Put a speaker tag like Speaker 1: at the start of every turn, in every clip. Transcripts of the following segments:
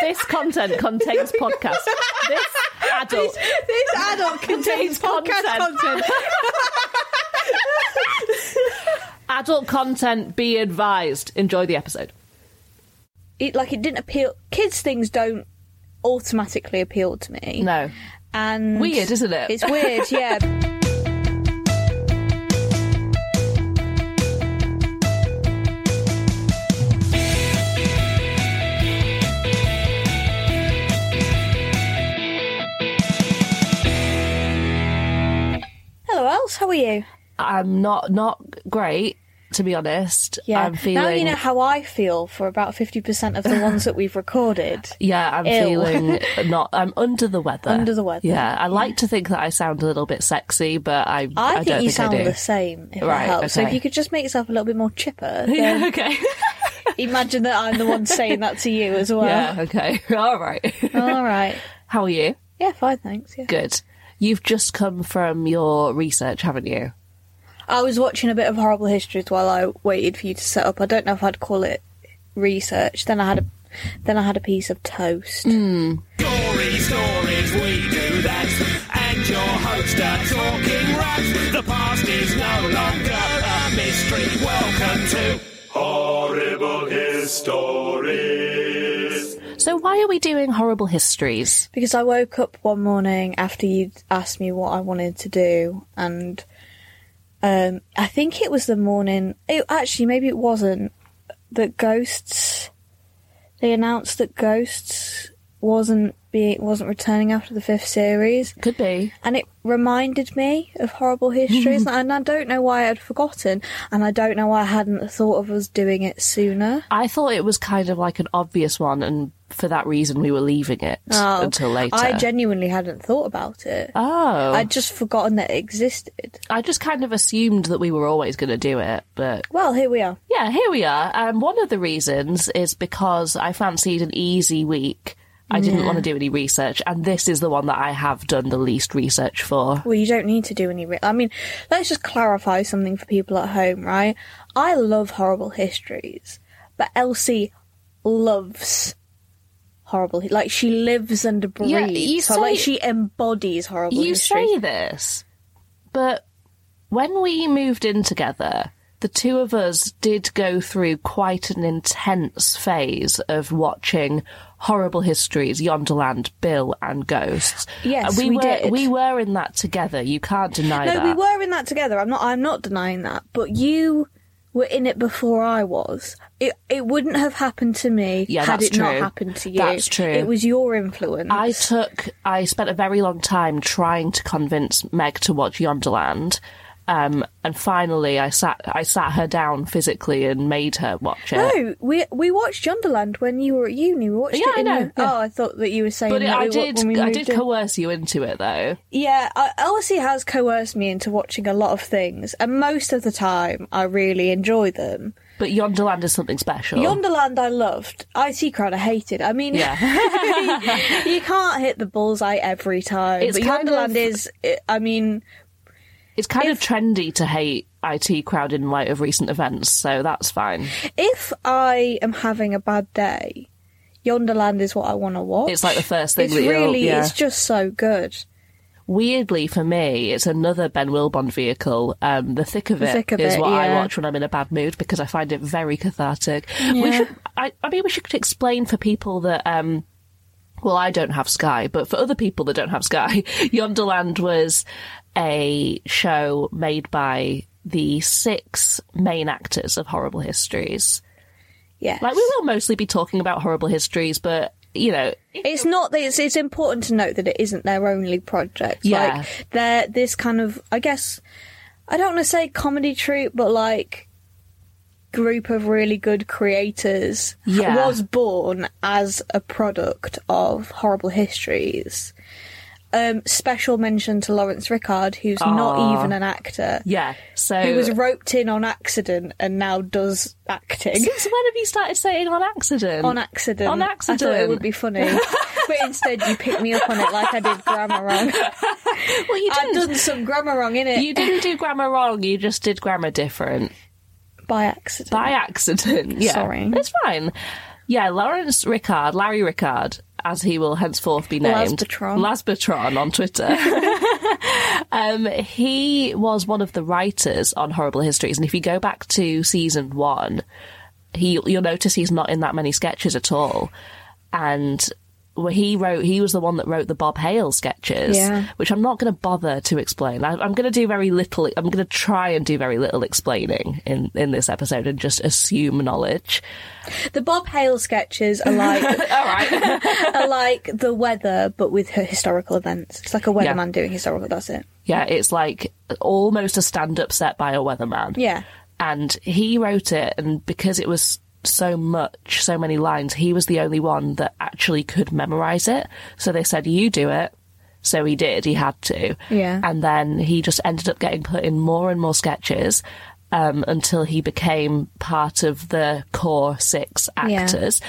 Speaker 1: This content contains podcast. This adult.
Speaker 2: This, this adult contains podcast
Speaker 1: content.
Speaker 2: content.
Speaker 1: Adult content be advised. Enjoy the episode.
Speaker 2: It, like it didn't appeal. Kids things don't automatically appeal to me.
Speaker 1: No.
Speaker 2: And
Speaker 1: Weird, isn't it?
Speaker 2: It's weird. Yeah. Hello, Else. How are you?
Speaker 1: I'm not not great, to be honest. I'm feeling
Speaker 2: Now you know how I feel for about fifty percent of the ones that we've recorded.
Speaker 1: yeah, I'm
Speaker 2: Ew.
Speaker 1: feeling not. I'm under the weather.
Speaker 2: Under the weather.
Speaker 1: Yeah, I like to think that I sound a little bit sexy, but I
Speaker 2: I,
Speaker 1: don't
Speaker 2: think you
Speaker 1: think
Speaker 2: sound
Speaker 1: I do.
Speaker 2: the same. If
Speaker 1: Right,
Speaker 2: it helps. So if
Speaker 1: okay.
Speaker 2: you could just make yourself a little bit more chipper, then
Speaker 1: Yeah, okay.
Speaker 2: imagine that I'm the one saying that to you as well.
Speaker 1: Yeah, okay. All right.
Speaker 2: All right.
Speaker 1: How are you?
Speaker 2: Yeah, fine, thanks. Yeah.
Speaker 1: Good. You've just come from your research, haven't you?
Speaker 2: I was watching a bit of Horrible Histories while I waited for you to set up. I don't know if I'd call it research. Then I had a then I had a piece of toast.
Speaker 3: Stories, stories, we do that. And your host are talking rats. The past is no longer a mystery. Welcome to Horrible Histories.
Speaker 1: So why are we doing horrible histories?
Speaker 2: Because I woke up one morning after you'd asked me what I wanted to do, and um, I think it was the morning. It, actually, maybe it wasn't. That ghosts. They announced that ghosts wasn't be wasn't returning after the fifth series,
Speaker 1: Could be.
Speaker 2: and it reminded me of horrible histories, and I don't know why I'd forgotten, and I don't know why I hadn't thought of us doing it sooner.
Speaker 1: I thought it was kind of like an obvious one, and for that reason we were leaving it
Speaker 2: Oh,
Speaker 1: until later.
Speaker 2: I genuinely hadn't thought about it.
Speaker 1: oh, I,
Speaker 2: I'd just forgotten that it existed.
Speaker 1: just kind of assumed that we were always going to do it, but
Speaker 2: Well, here we are.
Speaker 1: yeah, here we are. Um, one of the reasons is because I fancied an easy week. I didn't want to do any research, and this is the one that I have done the least research for.
Speaker 2: Well, you don't need to do any. Re- I mean, let's just clarify something for people at home, right? I love horrible histories, but Elsie loves horrible. Like she lives and breathes.
Speaker 1: Yeah, you
Speaker 2: so, like
Speaker 1: say-
Speaker 2: she embodies horrible
Speaker 1: you
Speaker 2: histories.
Speaker 1: say this, but when we moved in together, the two of us did go through quite an intense phase of watching horrible histories, Yonderland, Bill, and Ghosts.
Speaker 2: Yes,
Speaker 1: And
Speaker 2: we
Speaker 1: were,
Speaker 2: did.
Speaker 1: We were in that together. You can't deny
Speaker 2: no,
Speaker 1: that.
Speaker 2: we were in that together. I'm not. I'm not denying that. But you were in it before I was. It it wouldn't have happened to me
Speaker 1: Yeah,
Speaker 2: had
Speaker 1: that's
Speaker 2: it not
Speaker 1: true.
Speaker 2: happened to you.
Speaker 1: That's true.
Speaker 2: It was your influence.
Speaker 1: I took. I spent a very long time trying to convince Meg to watch Yonderland. Um, and finally, I sat. I sat her down physically and made her watch it.
Speaker 2: No, we we watched Yonderland when you were at uni. We watched
Speaker 1: Yeah,
Speaker 2: it.
Speaker 1: I
Speaker 2: in
Speaker 1: know,
Speaker 2: the-
Speaker 1: yeah.
Speaker 2: Oh, I thought that you were saying.
Speaker 1: But
Speaker 2: that
Speaker 1: I
Speaker 2: we, wa-
Speaker 1: did.
Speaker 2: When we
Speaker 1: I
Speaker 2: moved
Speaker 1: did
Speaker 2: in.
Speaker 1: coerce you into it, though.
Speaker 2: yeah, I- Elsie has coerced me into watching a lot of things, and most of the time I really enjoy them.
Speaker 1: But Yonderland is something special.
Speaker 2: Yonderland, I loved. IT Crowd, I hated. I mean,
Speaker 1: yeah,
Speaker 2: you can't hit the bullseye every time.
Speaker 1: It's
Speaker 2: but
Speaker 1: kind
Speaker 2: Yonderland
Speaker 1: of-
Speaker 2: is. I mean,
Speaker 1: it's kind of trendy to hate IT crowd in light of recent events, so that's fine.
Speaker 2: if I am having a bad day, Yonderland is what I want to watch.
Speaker 1: It's like the first thing
Speaker 2: It's
Speaker 1: that you'll-
Speaker 2: really.
Speaker 1: yeah.
Speaker 2: It's just so good.
Speaker 1: Weirdly, for me, it's another Ben Wilbon vehicle. Um, the thick of it is
Speaker 2: Thick of It,
Speaker 1: what I
Speaker 2: yeah.
Speaker 1: watch when I'm in a bad mood because I find it very cathartic. We
Speaker 2: Yeah.
Speaker 1: should, I, I mean, we should explain for people that. Um, well, I don't have Sky, but for other people that don't have Sky, Yonderland was a show made by the six main actors of Horrible Histories.
Speaker 2: Yes.
Speaker 1: Like we will mostly be talking about horrible histories, but you know,
Speaker 2: It's not that it's, it's important to note that it isn't their only project.
Speaker 1: Yeah.
Speaker 2: Like they're this kind of I guess I don't want to say comedy troupe, but like group of really good creators
Speaker 1: Yeah.
Speaker 2: was born as a product of horrible histories. Um, special mention to Lawrence Rickard, who's
Speaker 1: Aw.
Speaker 2: not even an actor.
Speaker 1: yeah. So
Speaker 2: Who was roped in on accident and now does acting.
Speaker 1: since when have you started saying on accident?
Speaker 2: On accident.
Speaker 1: On
Speaker 2: I thought
Speaker 1: accident.
Speaker 2: it would be funny. but instead, you picked me up on it like I did grammar wrong.
Speaker 1: well, you
Speaker 2: I've
Speaker 1: didn't.
Speaker 2: done some grammar wrong, innit?
Speaker 1: You didn't do grammar wrong. You just did grammar different
Speaker 2: By accident.
Speaker 1: by accident. Yeah,
Speaker 2: Sorry.
Speaker 1: it's fine. Yeah, Lawrence Rickard, Larry Rickard, as he will henceforth be named.
Speaker 2: Lasbatron.
Speaker 1: Lasbatron on Twitter. um, he was one of the writers on Horrible Histories, and if you go back to season one, he you'll notice he's not in that many sketches at all. And where he wrote, he was the one that wrote the Bob Hale sketches,
Speaker 2: Yeah.
Speaker 1: which I'm not going to bother to explain. I, I'm going to do very little. I'm going to try and do very little explaining in in this episode and just assume knowledge.
Speaker 2: The Bob Hale sketches are like
Speaker 1: All right.
Speaker 2: are like the weather, but with her historical events. It's like a weatherman
Speaker 1: Yeah.
Speaker 2: doing historical. That's it.
Speaker 1: Yeah, it's like almost a stand up set by a weatherman.
Speaker 2: Yeah.
Speaker 1: And he wrote it, and because it was so much, so many lines, he was the only one that actually could memorize it. So they said, You do it. So he did, he had to.
Speaker 2: Yeah.
Speaker 1: And then he just ended up getting put in more and more sketches um, until he became part of the core six
Speaker 2: Yeah.
Speaker 1: actors.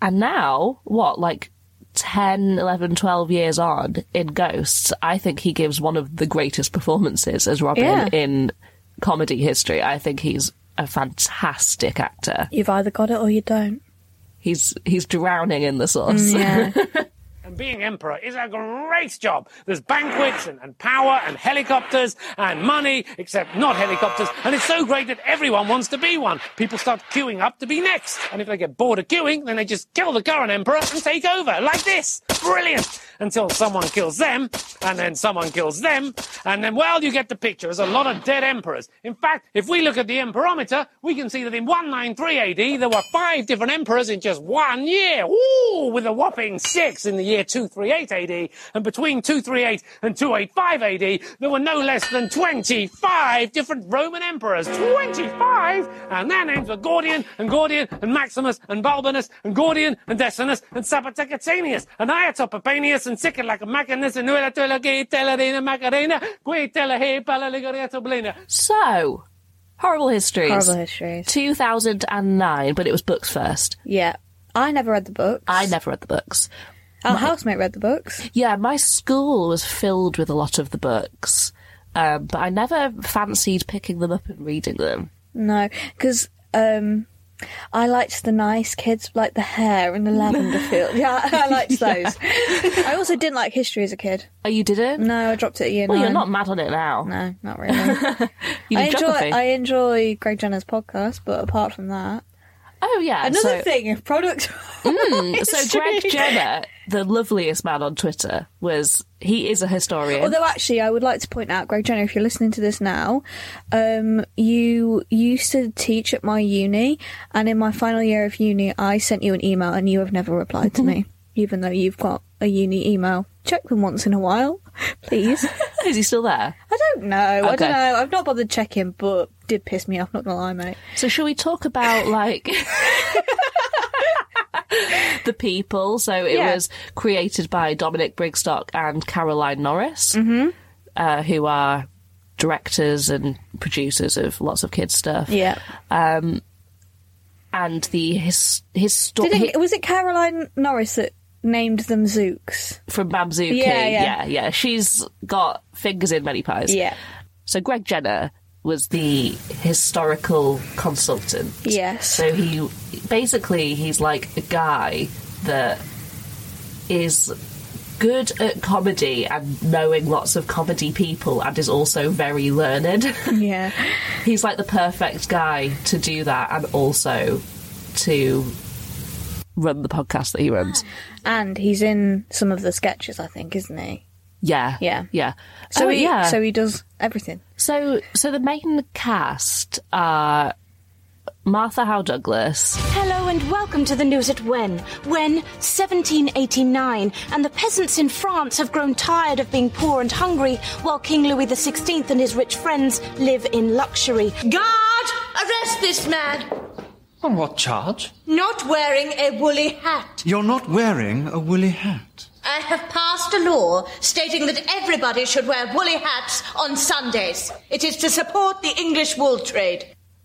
Speaker 1: And now, what, like 10, 11, 12 years on in Ghosts, I think he gives one of the greatest performances as Robin
Speaker 2: Yeah.
Speaker 1: in comedy history. I think he's a fantastic actor.
Speaker 2: You've either got it or you don't.
Speaker 1: He's he's drowning in the sauce.
Speaker 2: Yeah.
Speaker 4: And being emperor is a great job. There's banquets and, and power and helicopters and money, except not helicopters. And it's so great that everyone wants to be one. People start queuing up to be next. And if they get bored of queuing, then they just kill the current emperor and take over, like this. Brilliant. Until someone kills them, and then someone kills them, and then, well, you get the picture. There's a lot of dead emperors. In fact, if we look at the emperometer, we can see that in 193 AD, there were five different emperors in just one year. Ooh, with a whopping six in the year 238 AD. And between 238 and 285 AD, there were no less than 25 different Roman emperors. 25! And their names were Gordian and Gordian and Maximus and Balbinus and Gordian and Decianus and Sapatecatanius and Iatopapanius and Siculacamachinus and Nuelatula Gitelladina Macarena Guitella Hepalaligoriatoblina.
Speaker 1: So, Horrible Histories.
Speaker 2: Horrible histories.
Speaker 1: 2009, but it was books first.
Speaker 2: Yeah. I never read the books.
Speaker 1: I never read the books.
Speaker 2: Our housemate read the books.
Speaker 1: Yeah, my school was filled with a lot of the books, um, but I never fancied picking them up and reading them.
Speaker 2: No, because um, I liked the nice kids, like the hair and the lavender field. Yeah, I liked those. I also didn't like history as a kid.
Speaker 1: Oh, you didn't?
Speaker 2: No, I dropped it at year
Speaker 1: Well,
Speaker 2: nine.
Speaker 1: you're not mad on it now.
Speaker 2: No, not really.
Speaker 1: You
Speaker 2: I
Speaker 1: did
Speaker 2: enjoy
Speaker 1: geography.
Speaker 2: I enjoy Greg Jenner's podcast, but apart from that,
Speaker 1: oh, yeah.
Speaker 2: another
Speaker 1: so,
Speaker 2: thing, product. Mm,
Speaker 1: So Greg
Speaker 2: history.
Speaker 1: Jenner, the loveliest man on Twitter, was he is a historian.
Speaker 2: Although actually, I would like to point out, Greg Jenner, if you're listening to this now, um, you used to teach at my uni, and in my final year of uni, I sent you an email, and you have never replied to me, even though you've got a uni email. Check them once in a while, please.
Speaker 1: is he still there?
Speaker 2: I don't know. I
Speaker 1: Okay.
Speaker 2: don't know. I've not bothered checking, but did piss me off. Not gonna lie, mate.
Speaker 1: So shall we talk about like the people? So it
Speaker 2: Yeah.
Speaker 1: was created by Dominic Brigstock and Caroline Norris, mm-hmm. uh, who are directors and producers of lots of kids stuff.
Speaker 2: Yeah.
Speaker 1: And the his his
Speaker 2: Did
Speaker 1: story
Speaker 2: it, was it Caroline Norris that named them Zooks?
Speaker 1: from Bamzuki.
Speaker 2: Yeah, yeah.
Speaker 1: yeah, yeah. She's got fingers in many pies.
Speaker 2: Yeah.
Speaker 1: So Greg Jenner was the historical consultant.
Speaker 2: Yes.
Speaker 1: So he basically he's like a guy that is good at comedy and knowing lots of comedy people and is also very learned.
Speaker 2: Yeah.
Speaker 1: he's like the perfect guy to do that and also to run the podcast that he runs.
Speaker 2: And he's in some of the sketches, I think, isn't he?
Speaker 1: Yeah.
Speaker 2: Yeah.
Speaker 1: Yeah.
Speaker 2: So
Speaker 1: Oh,
Speaker 2: he,
Speaker 1: yeah.
Speaker 2: so he does everything.
Speaker 1: So, so the main cast are Martha Howe Douglas.
Speaker 5: Hello and welcome to the news at Wen. Wen, 1789, and the peasants in France have grown tired of being poor and hungry, while King Louis XVI and his rich friends live in luxury.
Speaker 6: Guard! Arrest this man!
Speaker 7: On what charge?
Speaker 6: Not wearing a woolly hat.
Speaker 7: You're not wearing a woolly hat.
Speaker 6: I have passed a law stating that everybody should wear woolly hats on Sundays. It is to support the English wool trade.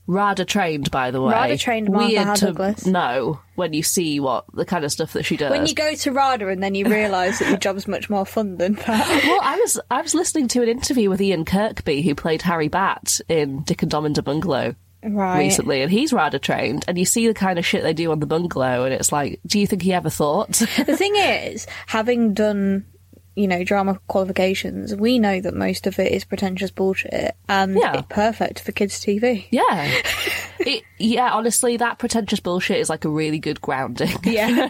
Speaker 1: Rada trained, by the way.
Speaker 2: Rada trained Martha
Speaker 1: Weird
Speaker 2: Howe
Speaker 1: to
Speaker 2: Douglas.
Speaker 1: know when you see what the kind of stuff that she does.
Speaker 2: When you go to RADA and then you realise that your job's much more fun than that.
Speaker 1: well, I was I was listening to an interview with Ian Kirkby, who played Harry Bat in Dick and Dom and a Bungalow
Speaker 2: Right.
Speaker 1: recently, and he's rider trained. And you see the kind of shit they do on the bungalow, and it's like, do you think he ever thought?
Speaker 2: The thing is, having done, you know, drama qualifications, we know that most of it is pretentious bullshit and
Speaker 1: Yeah.
Speaker 2: it's perfect for kids' TV.
Speaker 1: yeah, it, yeah. Honestly, that pretentious bullshit is like a really good grounding.
Speaker 2: Yeah.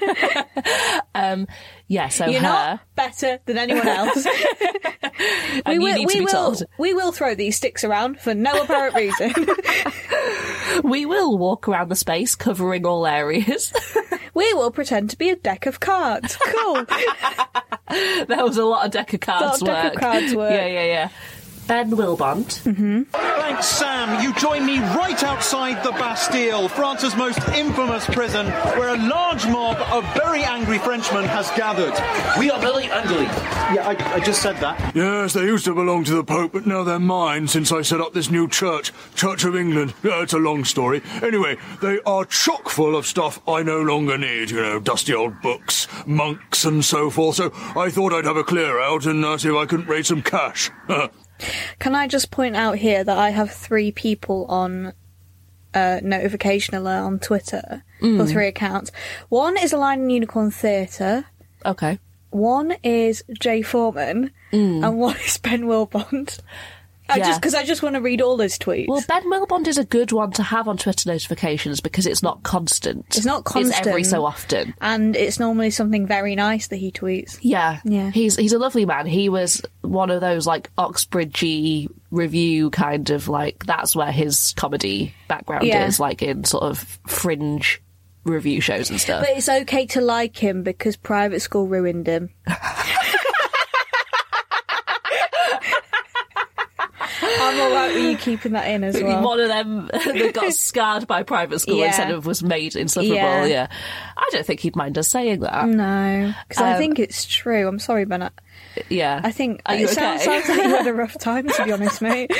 Speaker 1: Yeah, so
Speaker 2: You're
Speaker 1: her.
Speaker 2: not better than anyone else. we
Speaker 1: Uh-huh. you
Speaker 2: will,
Speaker 1: need to
Speaker 2: we
Speaker 1: be
Speaker 2: will,
Speaker 1: told.
Speaker 2: we will throw these sticks around for no apparent reason.
Speaker 1: We will walk around the space covering all areas.
Speaker 2: we will pretend to be a deck of cards. Cool.
Speaker 1: there was a lot of deck of cards
Speaker 2: Lot of deck of
Speaker 1: work.
Speaker 2: cards work.
Speaker 1: Yeah, yeah, yeah. Ben Wilbond.
Speaker 8: Thanks, Sam. You join me right outside the Bastille, France's most infamous prison, where a large mob of very angry Frenchmen has gathered.
Speaker 9: We are very ugly.
Speaker 8: Yeah, I, I just said that.
Speaker 10: Yes, they used to belong to the Pope, but now they're mine since I set up this new church, Church of England. Yeah, it's a long story. Anyway, they are chock full of stuff I no longer need, you know, dusty old books, monks, and so forth. So I thought I'd have a clear out and uh, see if I couldn't raise some cash.
Speaker 2: Can I just point out here that I have three people on uh, notification alert on Twitter, or
Speaker 1: Mm.
Speaker 2: three accounts. One is a line in Unicorn Theatre.
Speaker 1: Okay.
Speaker 2: One is Jay Foreman, and one is Ben Wilbond. I
Speaker 1: Mm. Yeah.
Speaker 2: just because I just want to read all those tweets.
Speaker 1: Well, Ben Wilbond is a good one to have on Twitter notifications because it's not constant.
Speaker 2: It's not
Speaker 1: It's every
Speaker 2: constant.
Speaker 1: so often.
Speaker 2: and it's normally something very nice that he tweets.
Speaker 1: Yeah.
Speaker 2: Yeah.
Speaker 1: He's he's a lovely man. He was one of those like Oxbridgey review kind of like that's where his comedy background
Speaker 2: Yeah.
Speaker 1: is, like in sort of fringe review shows and stuff.
Speaker 2: But it's okay to like him because private school ruined him. I'm alright with you keeping that in as well.
Speaker 1: one of them that got scarred by private school
Speaker 2: Yeah.
Speaker 1: instead of was made insufferable.
Speaker 2: Yeah. Mm.
Speaker 1: Yeah. I don't think he'd mind us saying that.
Speaker 2: No,
Speaker 1: Um,
Speaker 2: because I think it's true. I'm sorry, Ben. I,
Speaker 1: Yeah.
Speaker 2: I think
Speaker 1: Are you
Speaker 2: it sounds,
Speaker 1: okay?
Speaker 2: sounds like you had a rough time, to be honest, mate.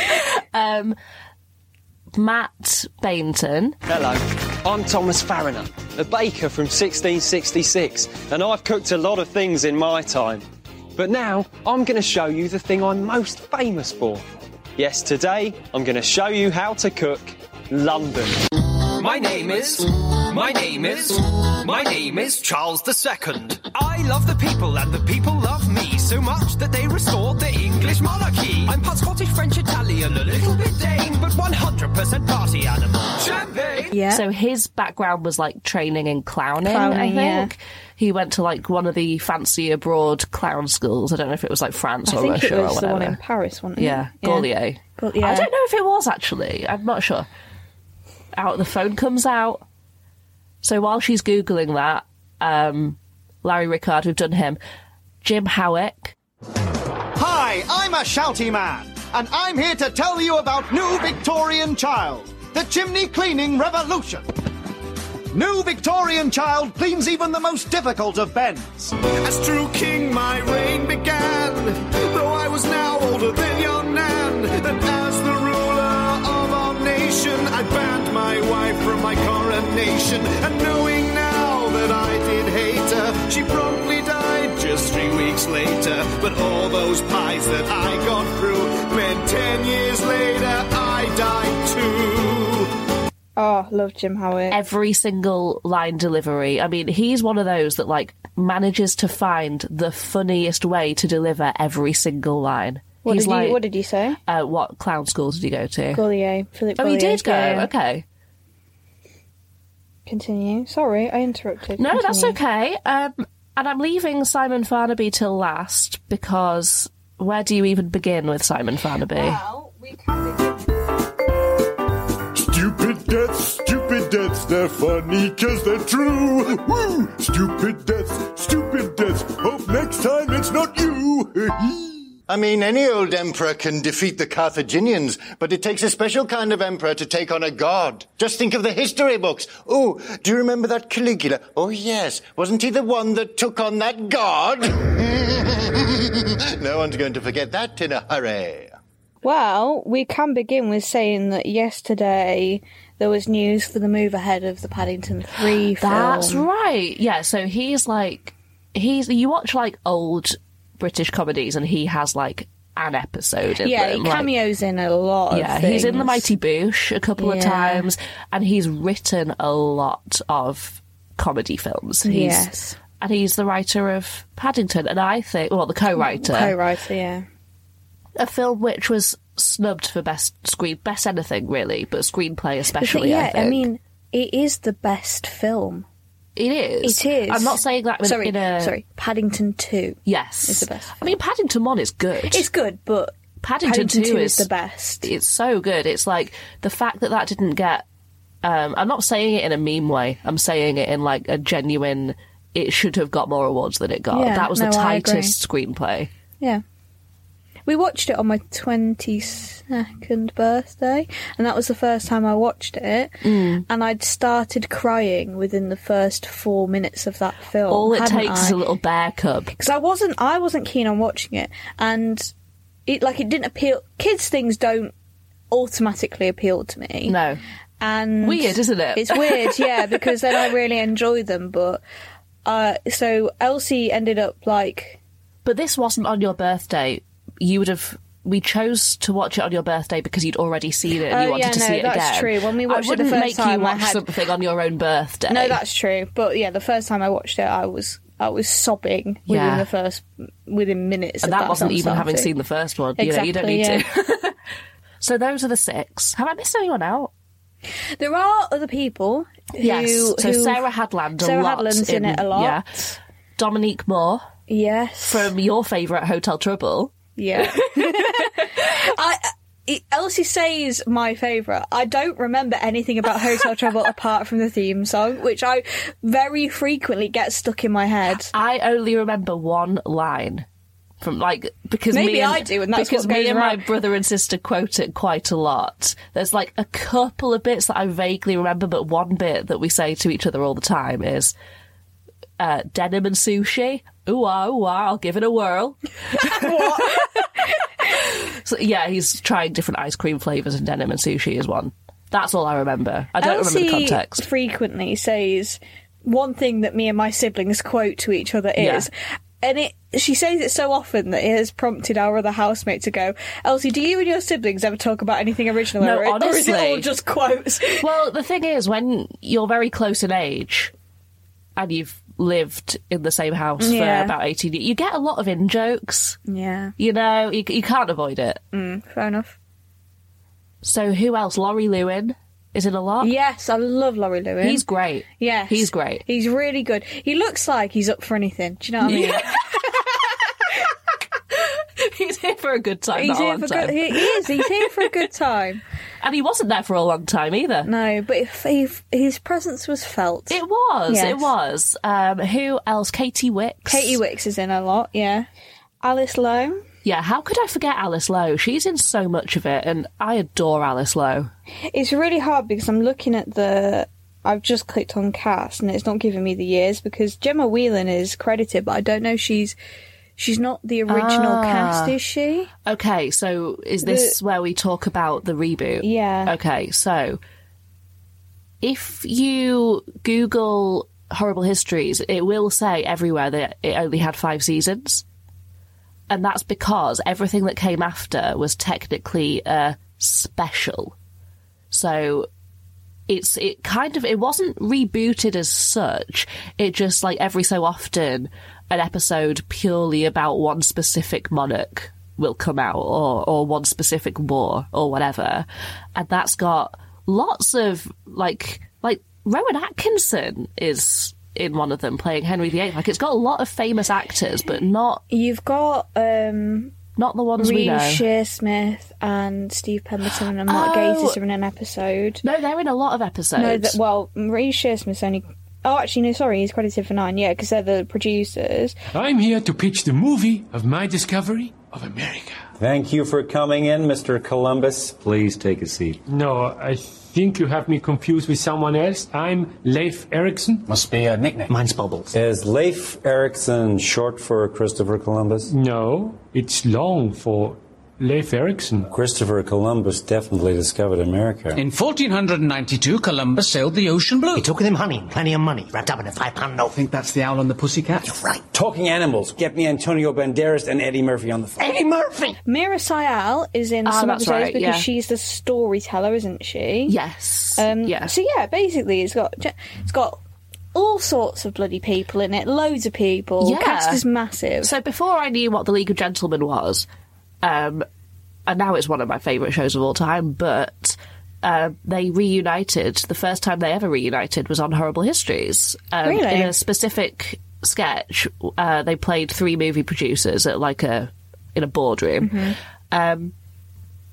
Speaker 1: Matt Bainton.
Speaker 9: Hello, I'm Thomas Farriner, a baker from 1666, and I've cooked a lot of things in my time. But now I'm going to show you the thing I'm most famous for. Yes, today I'm going to show you how to cook London.
Speaker 3: My name is. My name is. My name is Charles II. I love the people, and the people love me so much that they restored the English monarchy. I'm part Scottish, French, Italian, a little bit Dane, but 100% party animal. Champagne!
Speaker 2: Yeah.
Speaker 1: So his background was like training in clowning, I
Speaker 2: Clowning,
Speaker 1: think. He went to like one of the fancy abroad clown schools. I don't know if it was like France
Speaker 2: I
Speaker 1: or
Speaker 2: think
Speaker 1: Russia
Speaker 2: it was
Speaker 1: or
Speaker 2: the
Speaker 1: whatever.
Speaker 2: one in Paris, wasn't it?
Speaker 1: yeah, Gaulier.
Speaker 2: Gaul- yeah.
Speaker 1: I don't know if it was actually. I'm not sure. Out the phone comes out. So while she's googling that, um, Larry Rickard, we've done him. Jim Howick.
Speaker 8: Hi, I'm a shouty man, and I'm here to tell you about New Victorian Child, the chimney cleaning revolution. New Victorian Child cleans even the most difficult of bends.
Speaker 3: As true king, my reign began. Though I was now older than your nan, and as the ruler of our nation, I banned my wife from my coronation. And knowing now that I did hate her, she promptly died just three weeks later. But all those pies that I got through meant ten years later I died too.
Speaker 2: Oh, love Jim Howard.
Speaker 1: every single line delivery. I mean, he's one of those that like manages to find the funniest way to deliver every single line.
Speaker 2: what,
Speaker 1: he's
Speaker 2: did
Speaker 1: like,
Speaker 2: you, what did you say?
Speaker 1: uh, what clown school did you go to?
Speaker 2: Gaulier. Philip
Speaker 1: oh, he
Speaker 2: Gaulier,
Speaker 1: did go.
Speaker 2: yeah, yeah.
Speaker 1: Okay,
Speaker 2: Continue. Sorry, I interrupted.
Speaker 1: no, that's
Speaker 2: Continue.
Speaker 1: okay. Um, and I'm leaving Simon Farnaby till last because where do you even begin with Simon Farnaby?
Speaker 10: Stupid deaths, stupid deaths, they're funny cause they're true. Woo! Stupid deaths, stupid deaths, hope next time it's not you.
Speaker 8: I mean, any old emperor can defeat the Carthaginians, but it takes a special kind of emperor to take on a god. Just think of the history books. Oh, do you remember that Caligula? Oh, yes. Wasn't he the one that took on that god? no one's going to forget that in a hurry.
Speaker 2: Well, we can begin with saying that yesterday there was news for the move ahead of the Paddington 3 film.
Speaker 1: That's right. Yeah, so he's like he's you watch like old British comedies and he has like an episode in
Speaker 2: yeah,
Speaker 1: them.
Speaker 2: he
Speaker 1: like-
Speaker 2: cameos in a lot. of
Speaker 1: yeah, he's in the
Speaker 2: things.
Speaker 1: Mighty Boosh a couple of
Speaker 2: Yeah.
Speaker 1: times, and he's written a lot of comedy films. He's,
Speaker 2: Yes.
Speaker 1: and he's the writer of Paddington, and I think, well, the co-writer,
Speaker 2: co-writer. Yeah,
Speaker 1: a film which was snubbed for best screen, best anything really, but screenplay especially.
Speaker 2: yeah.
Speaker 1: I, think.
Speaker 2: mean, it is the best film.
Speaker 1: it is.
Speaker 2: It is.
Speaker 1: I'm not saying that in,
Speaker 2: sorry,
Speaker 1: in a
Speaker 2: sorry. Paddington Two.
Speaker 1: Yes,
Speaker 2: It's the best.
Speaker 1: I mean, Paddington One is good.
Speaker 2: It's good, but
Speaker 1: Paddington,
Speaker 2: Two,
Speaker 1: 2
Speaker 2: is,
Speaker 1: is
Speaker 2: the best.
Speaker 1: it's so good. It's like the fact that that didn't get. Um, I'm not saying it in a meme way. I'm saying it in like a genuine. It should have got more awards than it got.
Speaker 2: Yeah,
Speaker 1: that was the
Speaker 2: no, I agree.
Speaker 1: tightest screenplay.
Speaker 2: Yeah. We watched it on my 22nd birthday, and that was the first time I watched it.
Speaker 1: Mm.
Speaker 2: And I'd started crying within the first four minutes of that film.
Speaker 1: All it
Speaker 2: hadn't
Speaker 1: takes is
Speaker 2: I?
Speaker 1: a little bear cub.
Speaker 2: because I wasn't I wasn't keen on watching it, and it like it didn't appeal. Kids things don't automatically appeal to me.
Speaker 1: No,
Speaker 2: and
Speaker 1: Weird, isn't it?
Speaker 2: It's weird, yeah, because then I really enjoy them. But uh, so Elsie ended up like
Speaker 1: but this wasn't on your birthday. You would have. We chose to watch it on your birthday because you'd already seen it and
Speaker 2: Oh,
Speaker 1: you wanted
Speaker 2: yeah,
Speaker 1: to see
Speaker 2: no,
Speaker 1: it
Speaker 2: that's
Speaker 1: again.
Speaker 2: true. When we watched it the
Speaker 1: I wouldn't
Speaker 2: first
Speaker 1: make you
Speaker 2: time, I
Speaker 1: watch
Speaker 2: had-
Speaker 1: something on your own birthday.
Speaker 2: no, that's true. But yeah, the first time I watched it, I was I was sobbing within
Speaker 1: Yeah.
Speaker 2: the first within minutes.
Speaker 1: and
Speaker 2: of
Speaker 1: that, wasn't
Speaker 2: song
Speaker 1: even having
Speaker 2: starting.
Speaker 1: seen the first one. you know,
Speaker 2: Exactly,
Speaker 1: you don't need to. so those are the six. Have I missed anyone out?
Speaker 2: There are other people. Who,
Speaker 1: so
Speaker 2: who-
Speaker 1: Sarah Hadland a
Speaker 2: Sarah
Speaker 1: lot.
Speaker 2: Hadland's in it a lot.
Speaker 1: Yeah. Dominique Moore
Speaker 2: Yes.
Speaker 1: from your favourite Hotel Trouble.
Speaker 2: Yeah. I. I- Elsie Say's my favourite. I don't remember anything about Hotel Trouble apart from the theme song, which I very frequently get stuck in my head.
Speaker 1: I only remember one line from like because
Speaker 2: Maybe
Speaker 1: me and,
Speaker 2: I do, and that's
Speaker 1: because
Speaker 2: what goes
Speaker 1: me and my
Speaker 2: around.
Speaker 1: brother and sister quote it quite a lot. There's like a couple of bits that I vaguely remember, but one bit that we say to each other all the time is uh, denim and sushi. Ooh ah, ooh ah, I'll give it a whirl. so, yeah, he's trying different ice cream flavors, and denim and sushi is one. That's all I remember. I don't
Speaker 2: Elsie
Speaker 1: remember the context.
Speaker 2: frequently says one thing that me and my siblings quote to each other
Speaker 1: Yeah.
Speaker 2: is, and it she says it so often that it has prompted our other housemate to go, Elsie, do you and your siblings ever talk about anything original?
Speaker 1: No,
Speaker 2: or, or is it all
Speaker 1: honestly.
Speaker 2: just quotes?
Speaker 1: Well, the thing is, when you're very close in age and you've lived in the same house
Speaker 2: Yeah.
Speaker 1: for about 18 years, you get a lot of in jokes.
Speaker 2: yeah,
Speaker 1: You know, you, you can't avoid it.
Speaker 2: fair enough.
Speaker 1: So, who else? Laurie Lewin is in a lot.
Speaker 2: Yes, I love Laurie Lewis.
Speaker 1: He's great.
Speaker 2: Yes.
Speaker 1: He's great.
Speaker 2: He's really good. He looks like he's up for anything. Do you know what I mean?
Speaker 1: He's here for a good time,
Speaker 2: He's
Speaker 1: not a
Speaker 2: here
Speaker 1: long
Speaker 2: for a
Speaker 1: time.
Speaker 2: good, he, he is. He's here for a good time.
Speaker 1: And he wasn't there for a long time either.
Speaker 2: No, but if, if his presence was felt.
Speaker 1: It was.
Speaker 2: Yes.
Speaker 1: It was. Um, who else? Katie Wicks.
Speaker 2: Katie Wicks is in a lot. Yeah, Alice Lowe.
Speaker 1: Yeah, how could I forget Alice Lowe? She's in so much of it, and I adore Alice Lowe.
Speaker 2: It's really hard because I'm looking at the. I've just clicked on cast and it's not giving me the years because Gemma Whelan is credited, but I don't know if she's she's not the original cast, is she?
Speaker 1: Okay, so is this where we talk about the reboot?
Speaker 2: Yeah.
Speaker 1: Okay, so if you Google Horrible Histories, it will say everywhere that it only had five seasons. And that's because everything that came after was technically a special. So it's it kind of it wasn't rebooted as such. It just like every so often an episode purely about one specific monarch will come out or or one specific war or whatever. And that's got lots of like like Rowan Atkinson is in one of them playing Henry VIII. Like it's got a lot of famous actors, but not
Speaker 2: You've got um,
Speaker 1: not the ones we know.
Speaker 2: Reeve Shearsmith and Steve Pemberton and Mark
Speaker 1: Oh.
Speaker 2: Gatiss are in an episode.
Speaker 1: No, they're in a lot of episodes.
Speaker 2: No, that well, Reeve Shearsmith's only. Oh, actually, no, sorry, he's credited for nine. Yeah, because they're the producers.
Speaker 3: I'm here to pitch the movie of my discovery of America.
Speaker 11: Thank you for coming in, Mr. Columbus. Please take a seat.
Speaker 3: No, I think you have me confused with someone else. I'm Leif Erikson.
Speaker 12: Must be a nickname. Mine's Bubbles.
Speaker 11: Is Leif Erikson short for Christopher Columbus?
Speaker 3: No, it's long for
Speaker 11: Leif Erikson. Christopher Columbus definitely discovered America.
Speaker 12: In 1492, Columbus sailed the ocean blue. He took with him honey and plenty of money, wrapped up in a five-pound note. Think that's the owl and the pussycat? You're right.
Speaker 11: Talking animals. Get me Antonio Banderas and Eddie Murphy on the phone.
Speaker 2: Eddie Murphy. Mira Sayal is in
Speaker 1: Ah,
Speaker 2: some
Speaker 1: that's
Speaker 2: episodes
Speaker 1: right,
Speaker 2: because
Speaker 1: yeah.
Speaker 2: she's the storyteller, isn't she?
Speaker 1: Yes.
Speaker 2: Um, So yeah, basically, it's got it's got all sorts of bloody people in it. Loads of people. Cast is massive.
Speaker 1: So before I knew what the League of Gentlemen was, um, and now it's one of my favourite shows of all time. But uh, they reunited. The first time they ever reunited was on Horrible Histories. Um,
Speaker 2: Really?
Speaker 1: In a specific sketch, uh, they played three movie producers at like a in a boardroom.
Speaker 3: Mhm.
Speaker 1: Um,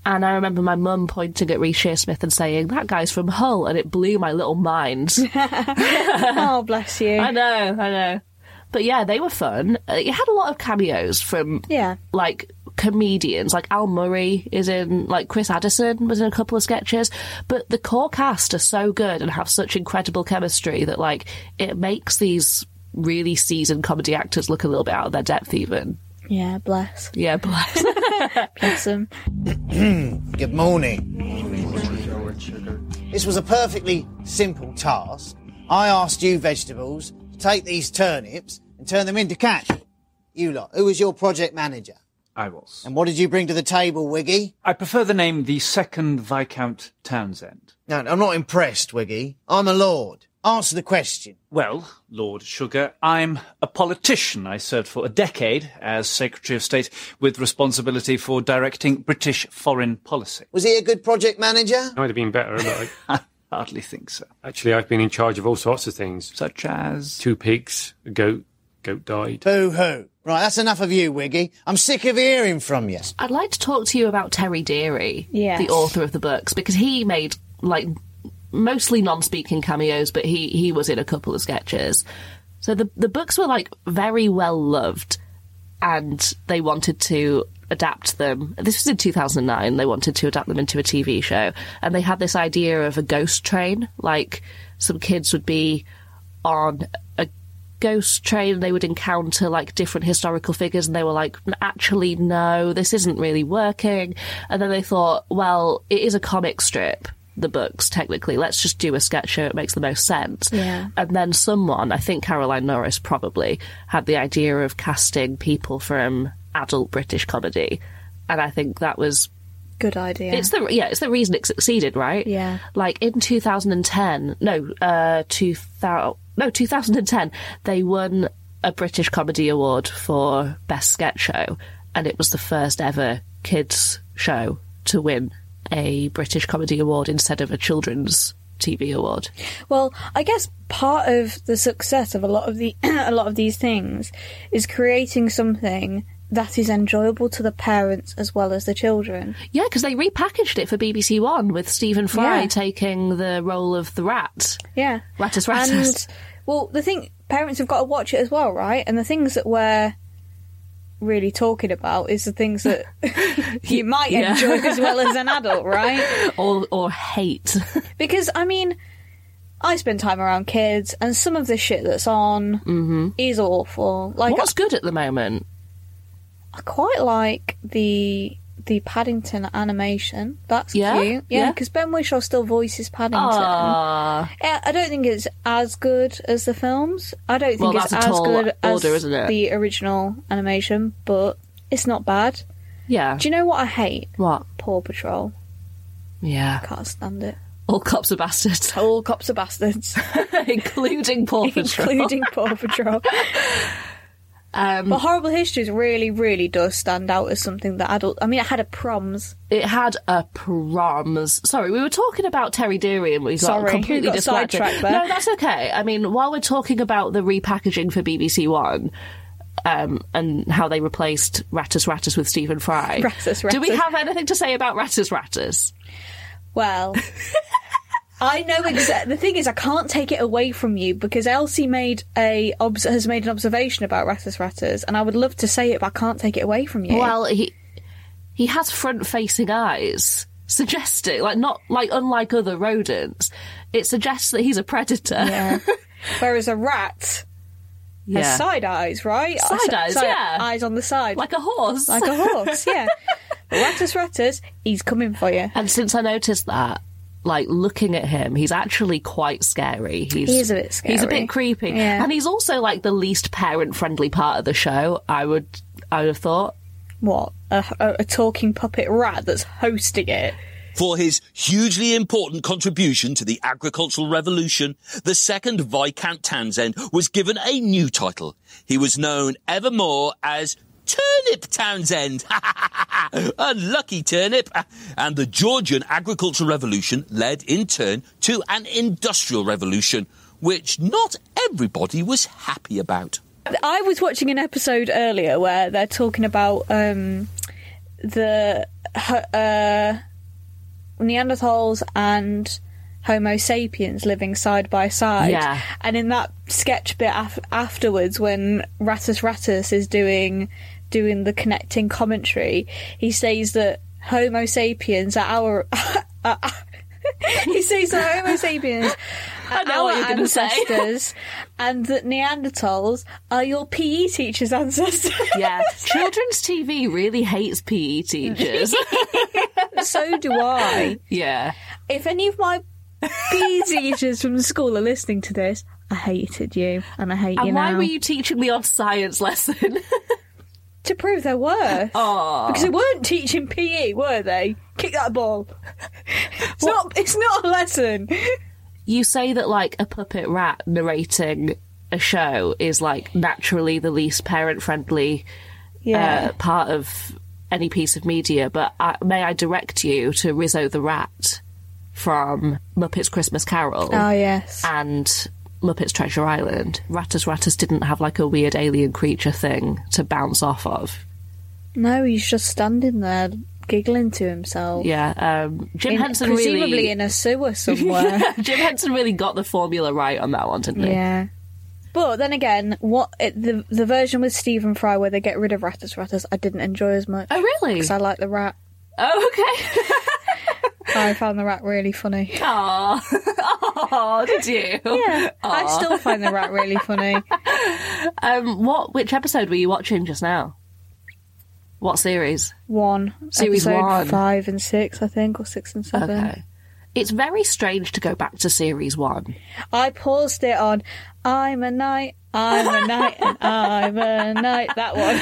Speaker 1: and I remember my mum pointing at Reece Shearsmith and saying, That guy's from Hull. And it blew my little mind.
Speaker 2: oh, bless you.
Speaker 1: I know, I know. But yeah, they were fun. Uh, You had a lot of cameos from,
Speaker 2: yeah.
Speaker 1: like, comedians. Like, Al Murray is in, like, Chris Addison was in a couple of sketches. But the core cast are so good and have such incredible chemistry that, like, it makes these really seasoned comedy actors look a little bit out of their depth, even.
Speaker 2: Yeah, bless.
Speaker 1: Yeah, bless.
Speaker 2: bless them.
Speaker 13: Good morning. This was a perfectly simple task. I asked you vegetables to take these turnips and turn them into cash. You lot, who was your project manager?
Speaker 14: I was.
Speaker 13: And what did you bring to the table, Wiggy?
Speaker 14: I prefer the name the second Viscount Townsend.
Speaker 13: No, I'm not impressed, Wiggy. I'm a lord. Answer the question.
Speaker 14: Well, Lord Sugar, I'm a politician. I served for a decade as Secretary of State with responsibility for directing British foreign policy.
Speaker 13: Was he a good project manager?
Speaker 15: I'd have been better, but
Speaker 14: I hardly think so.
Speaker 15: actually, I've been in charge of all sorts of things,
Speaker 14: such as
Speaker 15: two pigs, a goat. Goat died.
Speaker 13: Boo hoo. Right, that's enough of you, Wiggy. I'm sick of hearing from you.
Speaker 1: I'd like to talk to you about Terry Deary,
Speaker 13: Yes.
Speaker 1: the author of the books, because he made like mostly non-speaking cameos, but he he was in a couple of sketches. So the the books were like very well loved, and they wanted to adapt them. This was in 2009. They wanted to adapt them into a TV show, and they had this idea of a ghost train. Like some kids would be on a ghost train they would encounter like different historical figures and they were like "N- actually no this isn't really working and then they thought well it is a comic strip the books technically let's just do a sketch show it makes the most sense
Speaker 3: Yeah.
Speaker 1: and then someone i think caroline norris probably had the idea of casting people from adult british comedy and i think that was
Speaker 2: Good idea.
Speaker 1: it's the yeah, it's the reason it succeeded, right?
Speaker 2: Yeah.
Speaker 1: Like in 2010, no, uh 2000 no, 2010, they won a British Comedy Award for best sketch show and it was the first ever kids show to win a British Comedy Award instead of a children's TV award.
Speaker 2: Well, I guess part of the success of a lot of the a lot of these things is creating something that is enjoyable to the parents as well as the children.
Speaker 1: Yeah, because they repackaged it for BBC One with Stephen Fry
Speaker 2: Yeah.
Speaker 1: taking the role of the rat.
Speaker 2: Yeah.
Speaker 1: Ratus ratus.
Speaker 2: And well, the thing parents have got to watch it as well, right? And the things that we're really talking about is the things that you might
Speaker 1: Yeah.
Speaker 2: enjoy as well as an adult, right?
Speaker 1: Or or hate.
Speaker 2: Because I mean, I spend time around kids, and some of the shit that's on is awful. Like
Speaker 1: What's good at the moment?
Speaker 2: I quite like the the Paddington animation. That's
Speaker 1: Yeah?
Speaker 2: cute. Yeah,
Speaker 1: Yeah.
Speaker 2: because Ben Wishaw still voices Paddington.
Speaker 1: Aww.
Speaker 2: Yeah, I don't think it's as good as the films. I don't think
Speaker 1: Well,
Speaker 2: it's
Speaker 1: that's a
Speaker 2: as
Speaker 1: tall
Speaker 2: good as
Speaker 1: order, isn't it?
Speaker 2: the original animation, but it's not bad.
Speaker 1: Yeah.
Speaker 2: Do you know what I hate?
Speaker 1: What?
Speaker 2: Paw Patrol.
Speaker 1: Yeah.
Speaker 2: Can't stand it.
Speaker 1: All cops are bastards.
Speaker 2: All cops are bastards.
Speaker 1: Including Paw Patrol.
Speaker 2: Including Paw Patrol.
Speaker 1: Um,
Speaker 2: but Horrible Histories really, really does stand out as something that adult. I mean, it had a proms.
Speaker 1: It had a proms. Sorry, we were talking about Terry Deary and we got
Speaker 2: Sorry,
Speaker 1: completely
Speaker 2: got
Speaker 1: distracted.
Speaker 2: sidetracked there.
Speaker 1: No, that's okay. I mean, while we're talking about the repackaging for BBC One um, and how they replaced Rattus Rattus with Stephen Fry,
Speaker 2: Rattus
Speaker 1: do we
Speaker 2: Rattus.
Speaker 1: have anything to say about Rattus Rattus?
Speaker 2: Well, I know exa- the thing is I can't take it away from you because Elsie made a obs- has made an observation about Rattus Rattus, and I would love to say it, but I can't take it away from you.
Speaker 1: Well, he he has front-facing eyes, suggesting like not like unlike other rodents, it suggests that he's a predator.
Speaker 2: Yeah. whereas a rat
Speaker 1: Yeah.
Speaker 2: has side eyes, right?
Speaker 1: Side eyes, yeah.
Speaker 2: eyes on the side,
Speaker 1: Like a horse,
Speaker 2: like a horse, yeah. Rattus, rattus, he's coming for you.
Speaker 1: And since I noticed that, like looking at him, he's actually quite scary. He's,
Speaker 2: He is a bit
Speaker 1: He's a
Speaker 2: scary.
Speaker 1: bit creepy,
Speaker 2: Yeah.
Speaker 1: and he's also like the least parent-friendly part of the show. I would, I would have thought.
Speaker 2: What a, a, a talking puppet rat that's hosting it?
Speaker 16: For his hugely important contribution to the agricultural revolution, the second Viscount Townsend was given a new title. He was known evermore as Turnip Townsend. Unlucky turnip. And the Georgian agricultural revolution led in turn to an industrial revolution, which not everybody was happy about.
Speaker 2: I was watching an episode earlier where they're talking about um, the uh, Neanderthals and Homo sapiens living side by side.
Speaker 1: Yeah.
Speaker 2: And in that sketch bit af- afterwards, when Rattus Rattus is doing doing the connecting commentary, he says that Homo sapiens are our. he says that Homo sapiens are
Speaker 1: I know
Speaker 2: our
Speaker 1: what you're gonna say.
Speaker 2: ancestors, and that Neanderthals are your PE teachers' ancestors.
Speaker 1: Yeah, children's TV really hates PE teachers.
Speaker 2: so do I.
Speaker 1: yeah,
Speaker 2: If any of my PE teachers from school are listening to this, I hated you, and I hate
Speaker 1: and
Speaker 2: you
Speaker 1: why
Speaker 2: now.
Speaker 1: were you teaching the odd science lesson?
Speaker 2: to prove their worth.
Speaker 1: Aw.
Speaker 2: Because they weren't teaching PE, were they? Kick that ball. It's not. It's not a lesson.
Speaker 1: you say that like a puppet rat narrating a show is like naturally the least parent friendly
Speaker 2: Yeah.
Speaker 1: uh, part of any piece of media but I, may i direct you to rizzo the rat from muppets christmas carol
Speaker 2: Oh, yes.
Speaker 1: and muppets treasure island rattus rattus didn't have like a weird alien creature thing to bounce off of
Speaker 2: No, he's just standing there giggling to himself.
Speaker 1: yeah um, jim
Speaker 2: In-
Speaker 1: henson
Speaker 2: presumably
Speaker 1: really
Speaker 2: in a sewer somewhere.
Speaker 1: jim henson really got the formula right on that one didn't he
Speaker 2: Yeah. But then again, what it, the the version with Stephen Fry where they get rid of Rattus Rattus, I didn't enjoy as much.
Speaker 1: Oh, really?
Speaker 2: Because I like the rat.
Speaker 1: oh okay
Speaker 2: I found the rat really funny.
Speaker 1: Aww. Oh, did you?
Speaker 2: Yeah, I
Speaker 1: Aw.
Speaker 2: still find the rat really funny.
Speaker 1: Um, what? Which episode were you watching just now? What series?
Speaker 2: One
Speaker 1: Series
Speaker 2: episode
Speaker 1: one.
Speaker 2: five and six, I think, or six and seven.
Speaker 1: Okay. It's very strange to go back to series one.
Speaker 2: I paused it on. I'm a knight. I'm a knight. And I'm a knight. That one.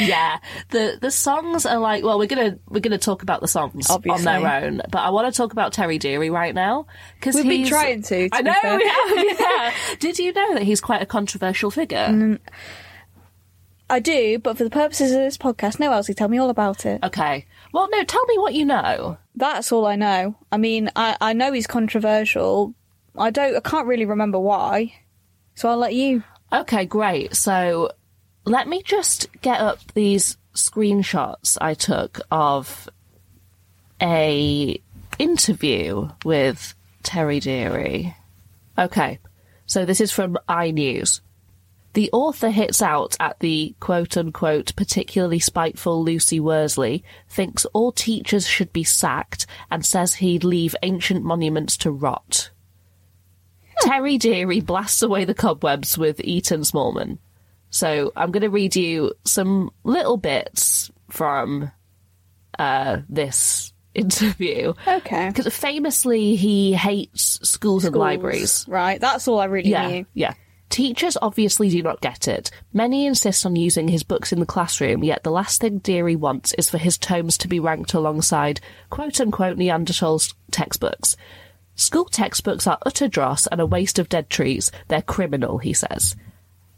Speaker 1: yeah, the the songs are like. Well, we're gonna we're gonna talk about the songs
Speaker 2: Obviously.
Speaker 1: on their own, but I want to talk about Terry Deary right now because
Speaker 2: We've been trying to, to
Speaker 1: I
Speaker 2: be
Speaker 1: know.
Speaker 2: fair.
Speaker 1: We have, yeah. Did you know that he's quite a controversial figure?
Speaker 2: Mm. I do, but for the purposes of this podcast, no, Elsie, tell me all about it.
Speaker 1: Okay. Well, no, tell me what you know.
Speaker 2: That's all I know. I mean, I, I know he's controversial. I don't. I can't really remember why. So I'll let you.
Speaker 1: Okay, great. So let me just get up these screenshots I took of a interview with Terry Deary. Okay. So this is from iNews. The author hits out at the quote unquote particularly spiteful Lucy Worsley, thinks all teachers should be sacked, and says he'd leave ancient monuments to rot. Terry Deary blasts away the cobwebs with Eaton Smallman. So I'm going to read you some little bits from uh, this interview.
Speaker 2: Okay.
Speaker 1: Because famously, he hates schools, and libraries.
Speaker 2: Right. That's all I really
Speaker 1: yeah,
Speaker 2: knew.
Speaker 1: yeah. Teachers obviously do not get it. Many insist on using his books in the classroom, yet the last thing Deary wants is for his tomes to be ranked alongside quote unquote Neanderthals textbooks. School textbooks are utter dross and a waste of dead trees. They're criminal, he says.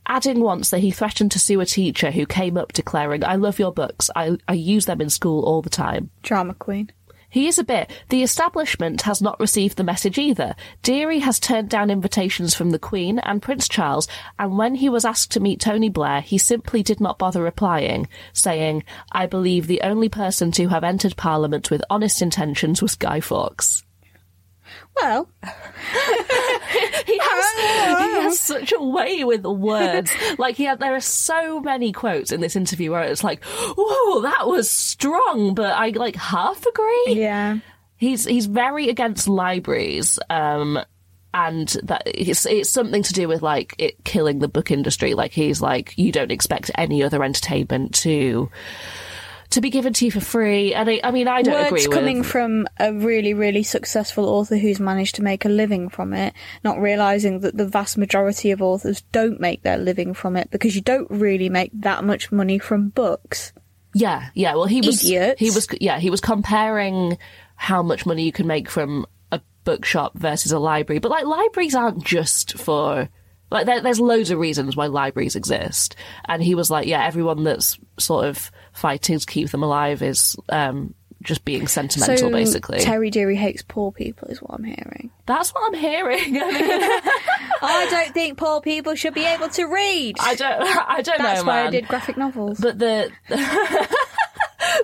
Speaker 1: Adding once that he threatened to sue a teacher who came up declaring, I love your books. I, I use them in school all the time.
Speaker 2: Drama queen.
Speaker 1: He is a bit. The establishment has not received the message either. Deary has turned down invitations from the Queen and Prince Charles, and when he was asked to meet Tony Blair, he simply did not bother replying, saying, I believe the only person to have entered Parliament with honest intentions was Guy Fawkes.
Speaker 2: Well,
Speaker 1: He has, he has such a way with the words. like, he had, there are so many quotes in this interview where it's like, whoa, that was strong, but I like half agree.
Speaker 2: Yeah.
Speaker 1: He's, he's very against libraries. Um, and that it's, it's something to do with like it killing the book industry. Like he's like, you don't expect any other entertainment to to be given to you for free. And I, I mean, I don't
Speaker 2: Words
Speaker 1: agree
Speaker 2: coming
Speaker 1: with.
Speaker 2: from a really, really successful author who's managed to make a living from it, not realizing that the vast majority of authors don't make their living from it because you don't really make that much money from books.
Speaker 1: Yeah, yeah. Well, he was
Speaker 2: Idiots.
Speaker 1: he was yeah he was comparing how much money you can make from a bookshop versus a library. But like libraries aren't just for like there, there's loads of reasons why libraries exist. And he was like, yeah, everyone that's sort of fighting to keep them alive is um, just being sentimental,
Speaker 2: so
Speaker 1: basically.
Speaker 2: Terry Deary hates poor people, is what I'm hearing.
Speaker 1: That's what I'm hearing.
Speaker 2: I don't think poor people should be able to read.
Speaker 1: I don't. I don't know,
Speaker 2: That's why I
Speaker 1: man.
Speaker 2: did graphic novels.
Speaker 1: But the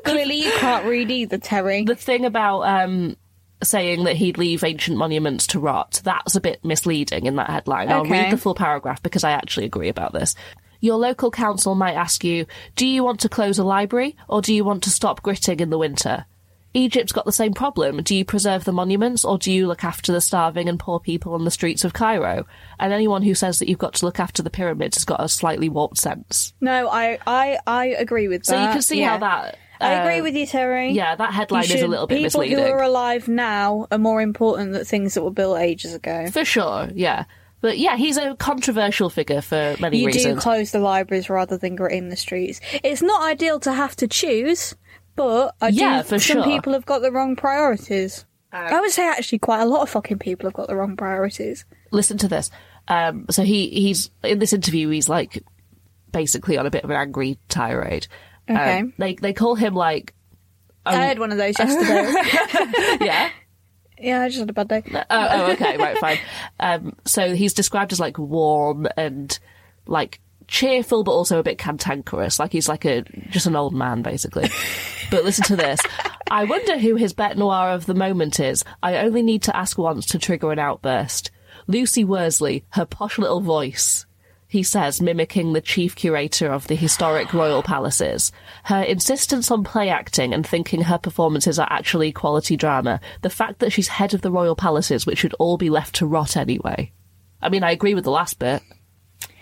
Speaker 2: clearly you can't read either, Terry.
Speaker 1: The thing about um, saying that he'd leave ancient monuments to rot—that's a bit misleading in that headline. I'll
Speaker 2: Okay.
Speaker 1: read the full paragraph because I actually agree about this. Your local council might ask you, "Do you want to close a library, or do you want to stop gritting in the winter?" Egypt's got the same problem. Do you preserve the monuments or do you look after the starving and poor people on the streets of Cairo? And anyone who says that you've got to look after the pyramids has got a slightly warped sense.
Speaker 2: no, I, I, I agree with
Speaker 1: So
Speaker 2: that.
Speaker 1: you can see how that,
Speaker 2: Uh, I
Speaker 1: uh,
Speaker 2: agree with you, Terry.
Speaker 1: yeah, that headline
Speaker 2: You
Speaker 1: is a
Speaker 2: should-
Speaker 1: little bit
Speaker 2: People who
Speaker 1: misleading.
Speaker 2: are alive now are more important than things that were built ages ago.
Speaker 1: For sure, yeah. But yeah, he's a controversial figure for many
Speaker 2: you do
Speaker 1: reasons.
Speaker 2: close the libraries rather than grit in the streets. It's not ideal to have to choose, but I
Speaker 1: Yeah,
Speaker 2: do.
Speaker 1: for
Speaker 2: some
Speaker 1: sure.
Speaker 2: people have got the wrong priorities. I would say actually quite a lot of fucking people have got the wrong priorities.
Speaker 1: Listen to this. Um, so he he's in this interview. He's like basically on a bit of an angry tirade. Um,
Speaker 2: Okay.
Speaker 1: they they call him like Um,
Speaker 2: I had one of those
Speaker 1: Oh,
Speaker 2: yesterday.
Speaker 1: yeah.
Speaker 2: yeah, I just had a bad day.
Speaker 1: oh, oh, okay, right, fine. Um, so he's described as like warm and like cheerful, but also a bit cantankerous. Like he's like a just an old man, basically. but listen to this. I wonder who his bet noir of the moment is. I only need to ask once to trigger an outburst. Lucy Worsley, her posh little voice. He says, mimicking the chief curator of the historic royal palaces. Her insistence on play acting and thinking her performances are actually quality drama. The fact that she's head of the royal palaces, which should all be left to rot anyway. I mean, I agree with the last bit.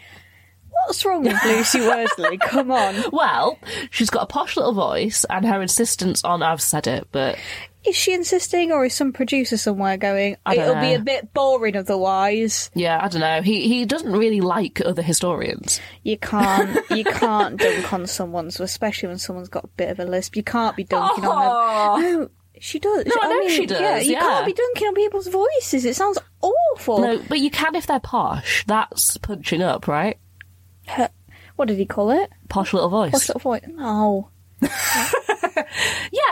Speaker 2: What's wrong with Lucy Worsley? Come on.
Speaker 1: Well, she's got a posh little voice and her insistence on, I've said it, but
Speaker 2: Is she insisting, or is some producer somewhere going?
Speaker 1: I don't
Speaker 2: It'll be
Speaker 1: know.
Speaker 2: a bit boring otherwise.
Speaker 1: yeah, I don't know. He, he doesn't really like other historians.
Speaker 2: You can't, you can't dunk on someone's, especially when someone's got a bit of a lisp. You can't be dunking on them. No, she does.
Speaker 1: Oh. No, I know she does,
Speaker 2: Yeah, you
Speaker 1: yeah.
Speaker 2: can't be dunking on people's voices. It sounds awful.
Speaker 1: No, but you can if they're posh. That's punching up, right?
Speaker 2: What did he call it?
Speaker 1: Posh little voice.
Speaker 2: What's that voice? No.
Speaker 1: Yeah,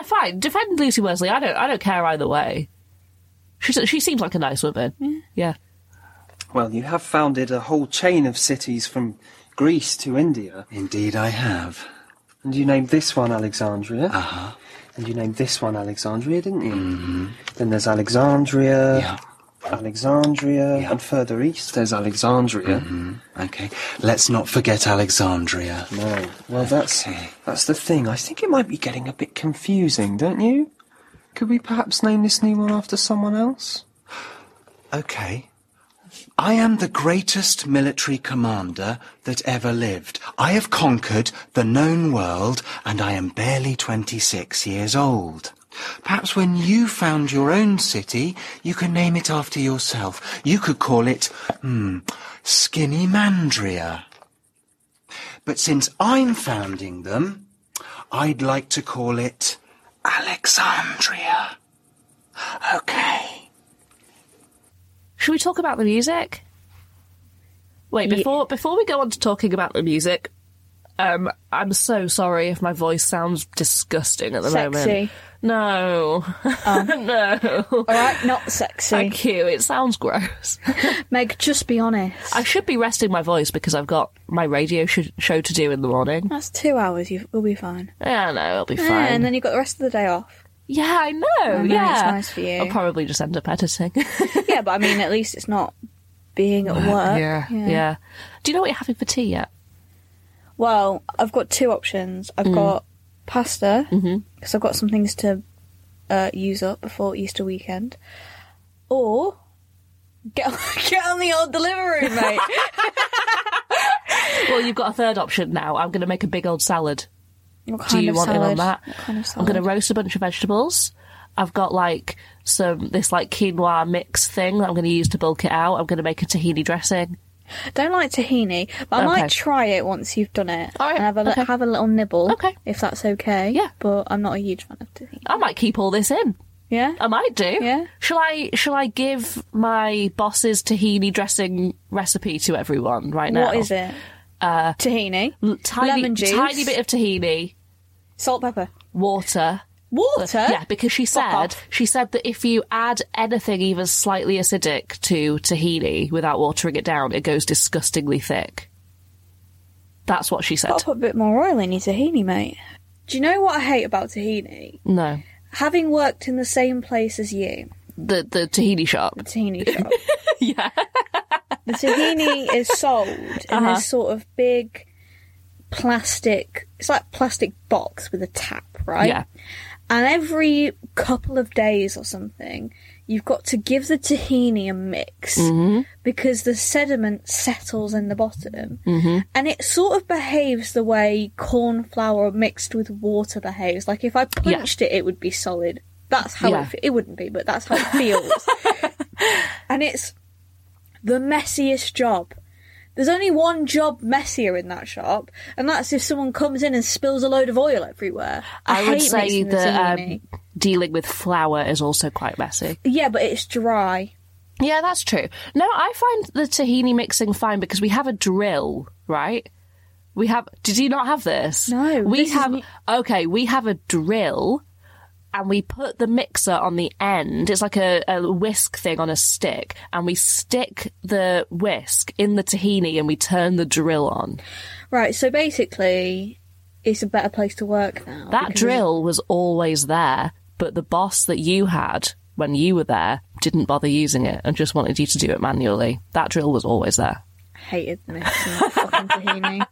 Speaker 1: fine. Defend Lucy Worsley. I don't. I don't care either way. She she seems like a nice woman. Yeah.
Speaker 17: Well, you have founded a whole chain of cities from Greece to India.
Speaker 11: Indeed, I have. Uh-huh.
Speaker 17: And you named this one Alexandria. Uh huh. And you named this one Alexandria, didn't you? Mm-hmm. Then there's Alexandria. Alexandria. And further east, there's Alexandria.
Speaker 11: Okay, let's not forget Alexandria.
Speaker 17: No. Well, that's that's the thing. I think it might be getting a bit confusing, don't you? Could we perhaps name this new one after someone else?
Speaker 11: Okay. I am the greatest military commander that ever lived. I have conquered the known world and I am barely 26 years old. Perhaps when you found your own city, you can name it after yourself. You could call it, hmm, Skinny Mandria. But since I'm founding them, I'd like to call it Alexandria. Okay.
Speaker 1: Should we talk about the music? Wait before before we go on to talking about the music. Um, I'm so sorry if my voice sounds disgusting at the moment.
Speaker 2: Sexy.
Speaker 1: No, no. All
Speaker 2: right, not sexy.
Speaker 1: Thank you. It sounds gross.
Speaker 2: Meg, just be honest.
Speaker 1: I should be resting my voice because I've got my radio sh- show to do in the morning.
Speaker 2: That's two hours. You, we'll be fine.
Speaker 1: Yeah, no, it'll be
Speaker 2: Yeah,
Speaker 1: fine.
Speaker 2: and then you've got the rest of the day off.
Speaker 1: Yeah, I know.
Speaker 2: I know, it's
Speaker 1: yeah,
Speaker 2: nice for you.
Speaker 1: I'll probably just end up editing.
Speaker 2: yeah, but I mean, at least it's not being at work.
Speaker 1: yeah, yeah. Do you know what you're having for tea yet?
Speaker 2: Well, I've got two options. I've
Speaker 1: Mm. Mm-hmm.
Speaker 2: got pasta because I've got some things to uh, use up before Easter weekend, or get get on the old delivery, mate.
Speaker 1: Well, you've got a third option now. I'm going to make a big old salad.
Speaker 2: What
Speaker 1: do
Speaker 2: kind
Speaker 1: you
Speaker 2: of
Speaker 1: want in on
Speaker 2: salad?
Speaker 1: that?
Speaker 2: What kind of
Speaker 1: I'm going to
Speaker 2: salad?
Speaker 1: roast a bunch of vegetables. I've got like some this like quinoa mix thing that I'm going to use to bulk it out. I'm going to make a tahini dressing.
Speaker 2: Don't like tahini, but I
Speaker 1: Okay.
Speaker 2: might try it once you've done it and have a li-
Speaker 1: okay.
Speaker 2: have a little nibble, okay. if that's okay. Yeah, but I'm not a huge fan of tahini.
Speaker 1: I might keep all this in.
Speaker 2: Yeah,
Speaker 1: I might do. Yeah. Shall I? Shall I give my boss's tahini dressing recipe to everyone right now?
Speaker 2: What is it?
Speaker 1: Uh,
Speaker 2: tahini,
Speaker 1: tiny,
Speaker 2: lemon juice,
Speaker 1: tiny bit of tahini,
Speaker 2: salt, pepper,
Speaker 1: water.
Speaker 2: Water?
Speaker 1: Yeah, because she said she said that if you add anything even slightly acidic to tahini without watering it down, it goes disgustingly thick. That's what she said.
Speaker 2: Gotta put a bit more oil in your tahini, mate. Do you know what I hate about tahini?
Speaker 1: No,
Speaker 2: Having worked in the same place as you,
Speaker 1: the the tahini shop.
Speaker 2: tahini shop. yeah. the tahini is sold in
Speaker 1: Uh-huh.
Speaker 2: this sort of big plastic. It's like plastic box with a tap, right?
Speaker 1: Yeah.
Speaker 2: And every couple of days or something, you've got to give the tahini a mix
Speaker 1: Mhm.
Speaker 2: because the sediment settles in the bottom.
Speaker 1: Mhm.
Speaker 2: And it sort of behaves the way corn flour mixed with water behaves. Like if I punched it, it would be solid. That's how
Speaker 1: Yeah.
Speaker 2: it, fe- it wouldn't be, but that's how it feels. and it's the messiest job. There's only one job messier in that shop, and that's if someone comes in and spills a load of oil everywhere. I,
Speaker 1: I, would
Speaker 2: hate
Speaker 1: say
Speaker 2: mixing the
Speaker 1: that
Speaker 2: tahini.
Speaker 1: um, dealing with flour is also quite messy.
Speaker 2: yeah, but it's dry.
Speaker 1: Yeah, that's true. No, I find the tahini mixing fine because we have a drill, right? We have. Did you not have this? No. We have. Okay, we have a drill, and we put the mixer on the end. It's like a, a whisk thing on a stick, and we stick the whisk in the tahini, and we turn the drill on.
Speaker 2: Right, so basically, it's a better place to work now.
Speaker 1: That
Speaker 2: because-
Speaker 1: drill was always there, but the boss that you had when you were there didn't bother using it and just wanted you to do it manually. That drill was always there.
Speaker 2: hated the mix and the fucking tahini.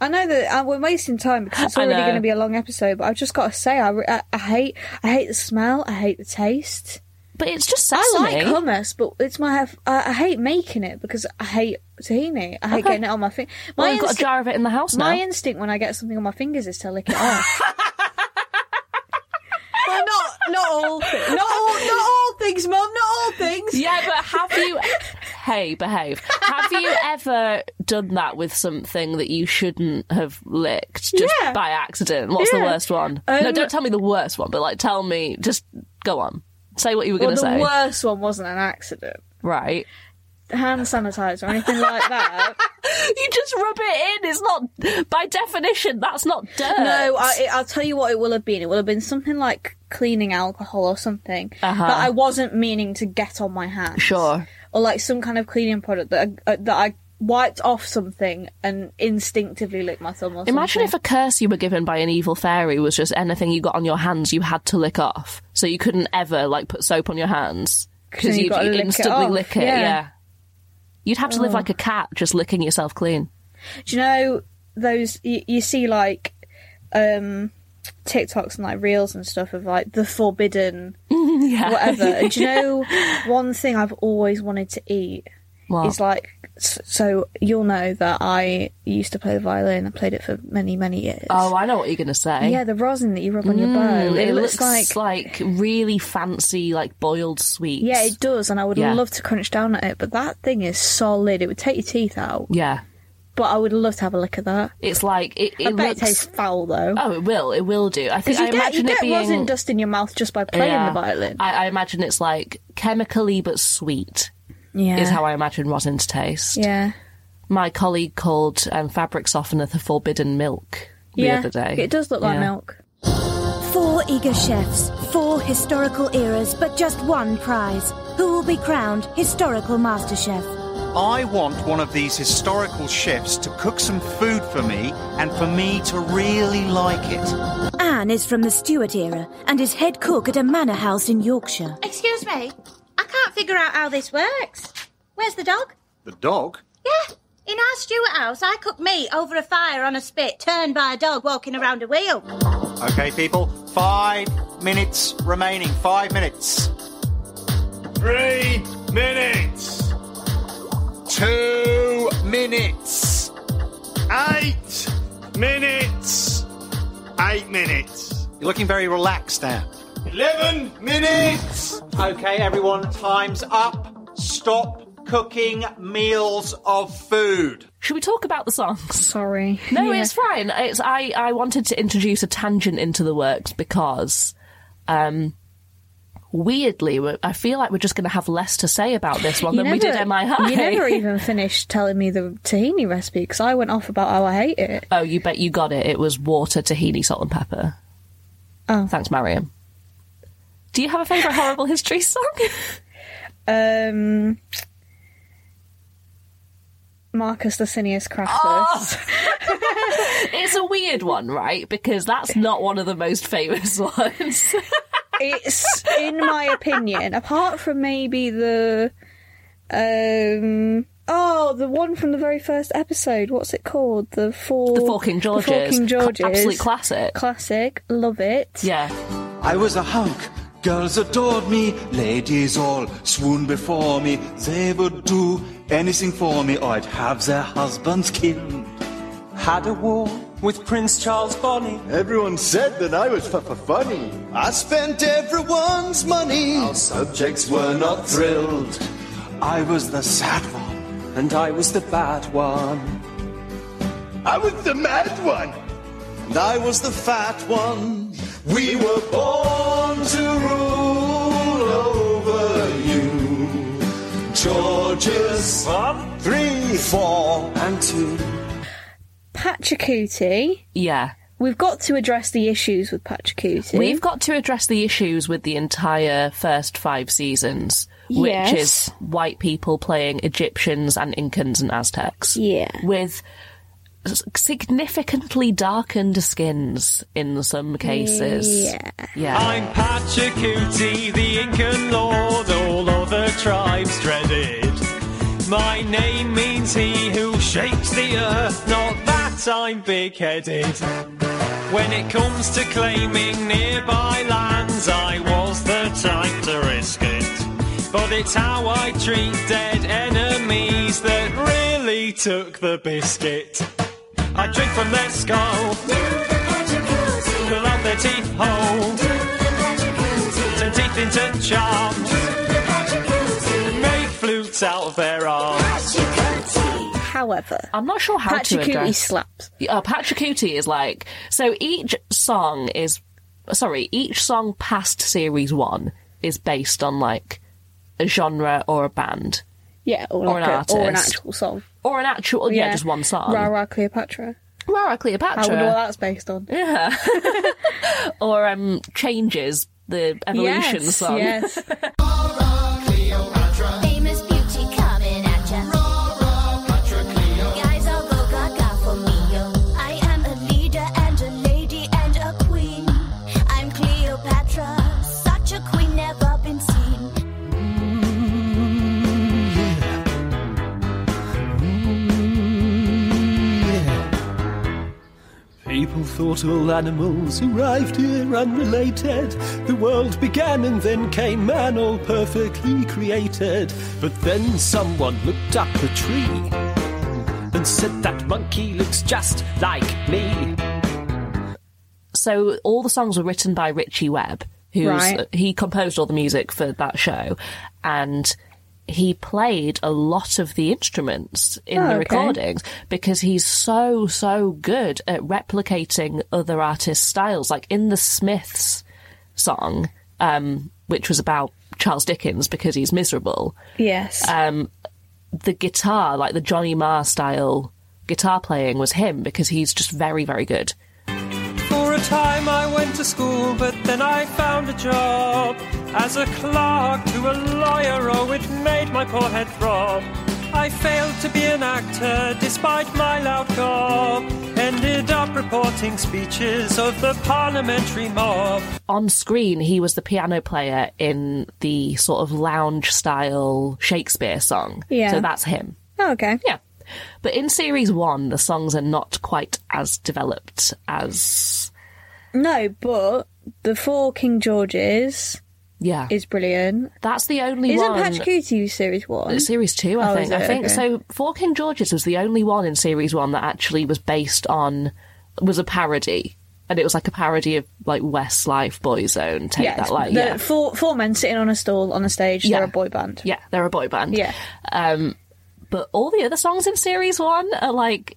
Speaker 2: I know that uh, we're wasting time because it's
Speaker 1: I
Speaker 2: already
Speaker 1: know.
Speaker 2: going to be a long episode, but I've just got to say, I, re- I, I hate, I hate the smell, I hate the taste.
Speaker 1: But it's just
Speaker 2: I like
Speaker 1: sesame.
Speaker 2: hummus, but it's my, I, I hate making it because I hate tahini. I hate
Speaker 1: Okay.
Speaker 2: getting it on my finger.
Speaker 1: Well, you've got a jar of it in the house
Speaker 2: My
Speaker 1: now.
Speaker 2: instinct when I get something on my fingers is to lick it off. well, not, not all, thi- not all, not all things, mum, not all things.
Speaker 1: Yeah, but have you? e-, hey, behave. Have you ever done that with something that you shouldn't have licked just
Speaker 2: Yeah.
Speaker 1: by accident? What's
Speaker 2: Yeah.
Speaker 1: the worst one? no,
Speaker 2: Um,
Speaker 1: don't tell me the worst one, but like tell me. Just go on. Say what you were going
Speaker 2: well,
Speaker 1: to
Speaker 2: the
Speaker 1: say.
Speaker 2: worst one wasn't an accident.
Speaker 1: right.
Speaker 2: Hand sanitizer or anything like that.
Speaker 1: You just rub it in. It's not by definition. That's not dirt.
Speaker 2: No, I, it- I'll tell you what it will have been. It will have been something like cleaning alcohol or something
Speaker 1: Uh-huh.
Speaker 2: that I wasn't meaning to get on my hands.
Speaker 1: Sure.
Speaker 2: Or like some kind of cleaning product that I, uh, that I wiped off something and instinctively licked my thumb or
Speaker 1: Imagine if
Speaker 2: something.
Speaker 1: a curse you were given by an evil fairy was just anything you got on your hands you had to lick off, so you couldn't ever like put soap on your hands
Speaker 2: Then
Speaker 1: because
Speaker 2: you've
Speaker 1: you'd
Speaker 2: gotta lick it
Speaker 1: instantly
Speaker 2: off,
Speaker 1: lick it.
Speaker 2: yeah. Oh.
Speaker 1: Yeah. you'd have to live
Speaker 2: Ugh.
Speaker 1: like a cat, just licking yourself clean.
Speaker 2: Do you know those you, you see like um TikToks and like reels and stuff of like the forbidden
Speaker 1: yeah.
Speaker 2: whatever. And do you know one thing I've always wanted to eat
Speaker 1: What?
Speaker 2: is like s- so you'll know that I used to play the violin. I played it for many many years.
Speaker 1: Oh, I know what you're gonna say.
Speaker 2: yeah, the rosin that you rub on your bow.
Speaker 1: Mm,
Speaker 2: It,
Speaker 1: it,
Speaker 2: looks, like
Speaker 1: like really fancy, like boiled sweets.
Speaker 2: yeah, it does, and I would
Speaker 1: Yeah.
Speaker 2: love to crunch down at it. But that thing is solid. It would take your teeth out.
Speaker 1: Yeah.
Speaker 2: But I would love to have a look at that.
Speaker 1: It's like it. it
Speaker 2: I bet
Speaker 1: looks...
Speaker 2: it tastes foul though.
Speaker 1: Oh, it will. It will do. I think
Speaker 2: Because you
Speaker 1: I
Speaker 2: get,
Speaker 1: imagine
Speaker 2: you
Speaker 1: it
Speaker 2: get
Speaker 1: being
Speaker 2: rosin dust in your mouth just by playing
Speaker 1: Yeah.
Speaker 2: the violin.
Speaker 1: I, I imagine it's like chemically but sweet.
Speaker 2: Yeah.
Speaker 1: Is how I imagine rosin to taste.
Speaker 2: Yeah.
Speaker 1: My colleague called um, fabric softener the forbidden milk the
Speaker 18: Yeah,
Speaker 1: other day.
Speaker 18: it does look like
Speaker 2: milk.
Speaker 18: Four eager chefs, four historical eras, but just one prize. Who will be crowned historical master chef?
Speaker 11: I want one of these historical chefs to cook some food for me and for me to really like it.
Speaker 18: Anne is from the Stuart era and is head cook at a manor house in Yorkshire.
Speaker 6: Excuse me, I can't figure out how this works. Where's the dog?
Speaker 11: The dog?
Speaker 6: Yeah, in our Stuart house, I cook meat over a fire on a spit, turned by a dog walking around a wheel.
Speaker 11: Okay, people, five minutes remaining. Five minutes.
Speaker 10: Three minutes.
Speaker 11: Two minutes.
Speaker 10: Eight minutes.
Speaker 19: Eight minutes.
Speaker 11: You're looking very relaxed now.
Speaker 19: Eleven minutes. Okay, everyone, time's up. Stop cooking meals of food.
Speaker 1: Should we talk about the songs?
Speaker 2: Sorry.
Speaker 1: No, it's fine. It's I, I wanted to introduce a tangent into the works because um weirdly we- I feel like we're just going to have less to say about this one
Speaker 2: You
Speaker 1: than we did
Speaker 2: never-
Speaker 1: MI
Speaker 2: You never even finished telling me the tahini recipe because I went off about how I hate it.
Speaker 1: Oh, you bet you got it. It was water, tahini, salt and pepper.
Speaker 2: Oh.
Speaker 1: Thanks, Mariam. Do you have a favourite horrible history song?
Speaker 2: Um, Marcus Licinius
Speaker 1: Oh,
Speaker 2: Crassus.
Speaker 1: it's a weird one, right? Because that's not one of the most famous ones.
Speaker 2: it's in my opinion, apart from maybe the um oh the one from the very first episode. What's it called? The four
Speaker 1: The Four King
Speaker 2: The four
Speaker 1: Georges.
Speaker 2: King Georges.
Speaker 1: Cl- absolute classic.
Speaker 2: Classic. Love it.
Speaker 1: Yeah.
Speaker 11: I was a hunk. Girls adored me, ladies all swooned before me. They would do anything for me, or I'd have their husbands killed. Had a war with Prince Charles Bonnie.
Speaker 3: Everyone said that I was f- f- funny. I spent everyone's money. Our subjects were not thrilled.
Speaker 11: I was the sad one, and I was the bad one.
Speaker 3: I was the mad one. And I was the fat one. We were born to rule over you. Georges. One, three, four, and two.
Speaker 2: Pachacuti.
Speaker 1: Yeah.
Speaker 2: We've got to address the issues with Pachacuti.
Speaker 1: We've got to address the issues with the entire first five seasons, which
Speaker 2: Yes.
Speaker 1: is white people playing Egyptians and Incans and Aztecs.
Speaker 2: Yeah.
Speaker 1: With s- significantly darkened skins in some cases.
Speaker 12: Yeah.
Speaker 1: Yeah.
Speaker 12: I'm Pachacuti, the Incan lord, all other tribes dreaded. My name means he who shakes the earth, not that I'm big headed. When it comes to claiming nearby lands, I was the type to risk it. uh, But it's how I treat dead enemies that really took the biscuit. I drink from their skull. Pull out their teeth hole. Turn teeth into charms. Make flutes out of their arms.
Speaker 2: However,
Speaker 1: I'm not sure how to
Speaker 2: Pachacuti
Speaker 1: address.
Speaker 2: slaps.
Speaker 1: Uh, Pachacuti is like so. Each song is sorry. Each song past series one is based on like a genre or a band.
Speaker 2: Yeah, or,
Speaker 1: Or
Speaker 2: like a-
Speaker 1: an
Speaker 2: or an
Speaker 1: artist.
Speaker 2: actual song.
Speaker 1: Or an actual, yeah, just one song.
Speaker 2: Rara Cleopatra.
Speaker 1: Rara
Speaker 2: I
Speaker 1: Cleopatra.
Speaker 2: wonder what that's based on.
Speaker 1: Yeah. or um, changes the evolution
Speaker 2: Yes,
Speaker 1: song. Uh,
Speaker 2: yes.
Speaker 17: Famous beauty coming at ya. Guys all go gaga for me, yo. I am a leader and a lady and a queen. I'm Cleopatra, such a queen never been seen.
Speaker 20: People thought all animals arrived here unrelated. The world began and then came man, all perfectly created. But then someone looked up a tree and said that monkey looks just like me.
Speaker 1: So all the songs were written by Richie Webb, who's
Speaker 2: Right.
Speaker 1: he composed all the music for that show, and he played a lot of the instruments in
Speaker 2: Oh,
Speaker 1: the
Speaker 2: okay.
Speaker 1: recordings because he's so so good at replicating other artists' styles. Like in the Smiths song, um, which was about Charles Dickens because he's miserable.
Speaker 2: Yes.
Speaker 1: um, the guitar, like the Johnny Marr style guitar playing, was him because he's just very, very good.
Speaker 21: For a time I went to school, but then I found a job as a clerk to a lawyer. Oh, it made my poor head throb. I failed to be an actor despite my loud gob. Ended up reporting speeches of the parliamentary mob.
Speaker 1: On screen, he was the piano player in the sort of lounge style Shakespeare song.
Speaker 2: Yeah.
Speaker 1: So that's him.
Speaker 2: Oh, okay.
Speaker 1: Yeah. But in series one, the songs are not quite as developed as.
Speaker 2: No, but the four King Georges.
Speaker 1: Yeah.
Speaker 2: Is brilliant.
Speaker 1: That's the only
Speaker 2: Isn't
Speaker 1: one-
Speaker 2: Isn't Pachacuti series one?
Speaker 1: Series two, I
Speaker 2: Oh,
Speaker 1: think.
Speaker 2: is
Speaker 1: I
Speaker 2: it?
Speaker 1: think
Speaker 2: Okay.
Speaker 1: so. Four King Georges was the only one in series one that actually was based on was a parody and it was like a parody of like Westlife, Boyzone, Take
Speaker 2: yeah,
Speaker 1: That, like
Speaker 2: the
Speaker 1: yeah,
Speaker 2: four four men sitting on a stool on a stage.
Speaker 1: Yeah.
Speaker 2: They're a boy band.
Speaker 1: yeah, they're a boy band. Yeah, um, but all the other songs in series one are like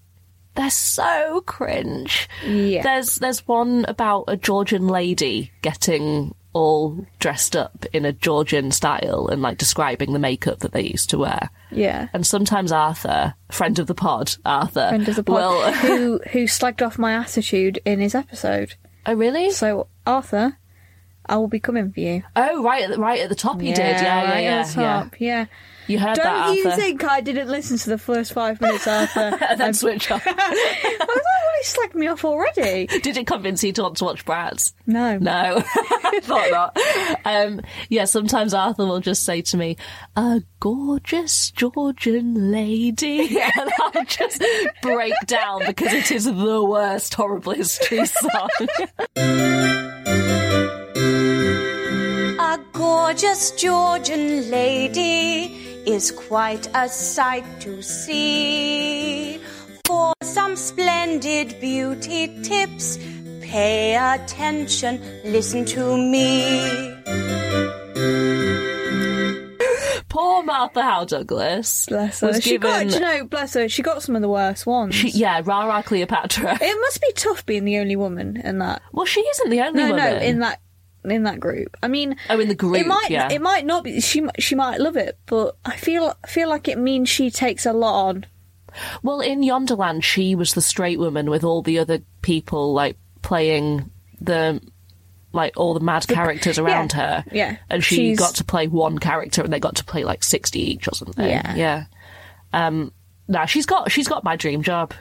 Speaker 1: they're so cringe.
Speaker 2: Yeah.
Speaker 1: there's there's one about a Georgian lady getting all dressed up in a Georgian style and like describing the makeup that they used to wear.
Speaker 2: Yeah.
Speaker 1: And sometimes Arthur, friend of the pod, Arthur,
Speaker 2: Friend of the pod
Speaker 1: will-
Speaker 2: who who slagged off my attitude in his episode.
Speaker 1: Oh really?
Speaker 2: So Arthur, I will be coming for you.
Speaker 1: Oh, right, at the, right at the top you did. Yeah, yeah,
Speaker 2: right
Speaker 1: yeah,
Speaker 2: at the top, yeah.
Speaker 1: You heard
Speaker 2: Don't
Speaker 1: that,
Speaker 2: you
Speaker 1: Arthur.
Speaker 2: think I didn't listen to the first five minutes, Arthur?
Speaker 1: and then switch off.
Speaker 2: I was like, well, he slagged me off already.
Speaker 1: Did it convince you to want to watch Bratz?
Speaker 2: No.
Speaker 1: No. I thought not. Um, yeah, sometimes Arthur will just say to me, a gorgeous Georgian lady. And I'll just break down because it is the worst horrible history song.
Speaker 4: A gorgeous Georgian lady is quite a sight to see. For some splendid beauty tips, pay attention, listen to me.
Speaker 1: Poor Martha Howe Douglas. Bless
Speaker 2: So she got, you know, bless her, she got some of the worst ones.
Speaker 1: yeah, Rara Cleopatra.
Speaker 2: It must be tough being the only woman in that.
Speaker 1: Well, she isn't the only
Speaker 2: no, No,
Speaker 1: woman.
Speaker 2: in that in that group. I mean,
Speaker 1: oh, in the group,
Speaker 2: it might
Speaker 1: yeah.
Speaker 2: it might not be. She she might love it, but I feel feel like it means she takes a lot on.
Speaker 1: Well, in Yonderland, she was the straight woman with all the other people like playing the like all the mad characters around her.
Speaker 2: yeah.
Speaker 1: and she
Speaker 2: She's-
Speaker 1: got to play one character, and they got to play like sixty each or something.
Speaker 2: Yeah.
Speaker 1: yeah. Um, now she's got she's got my dream job.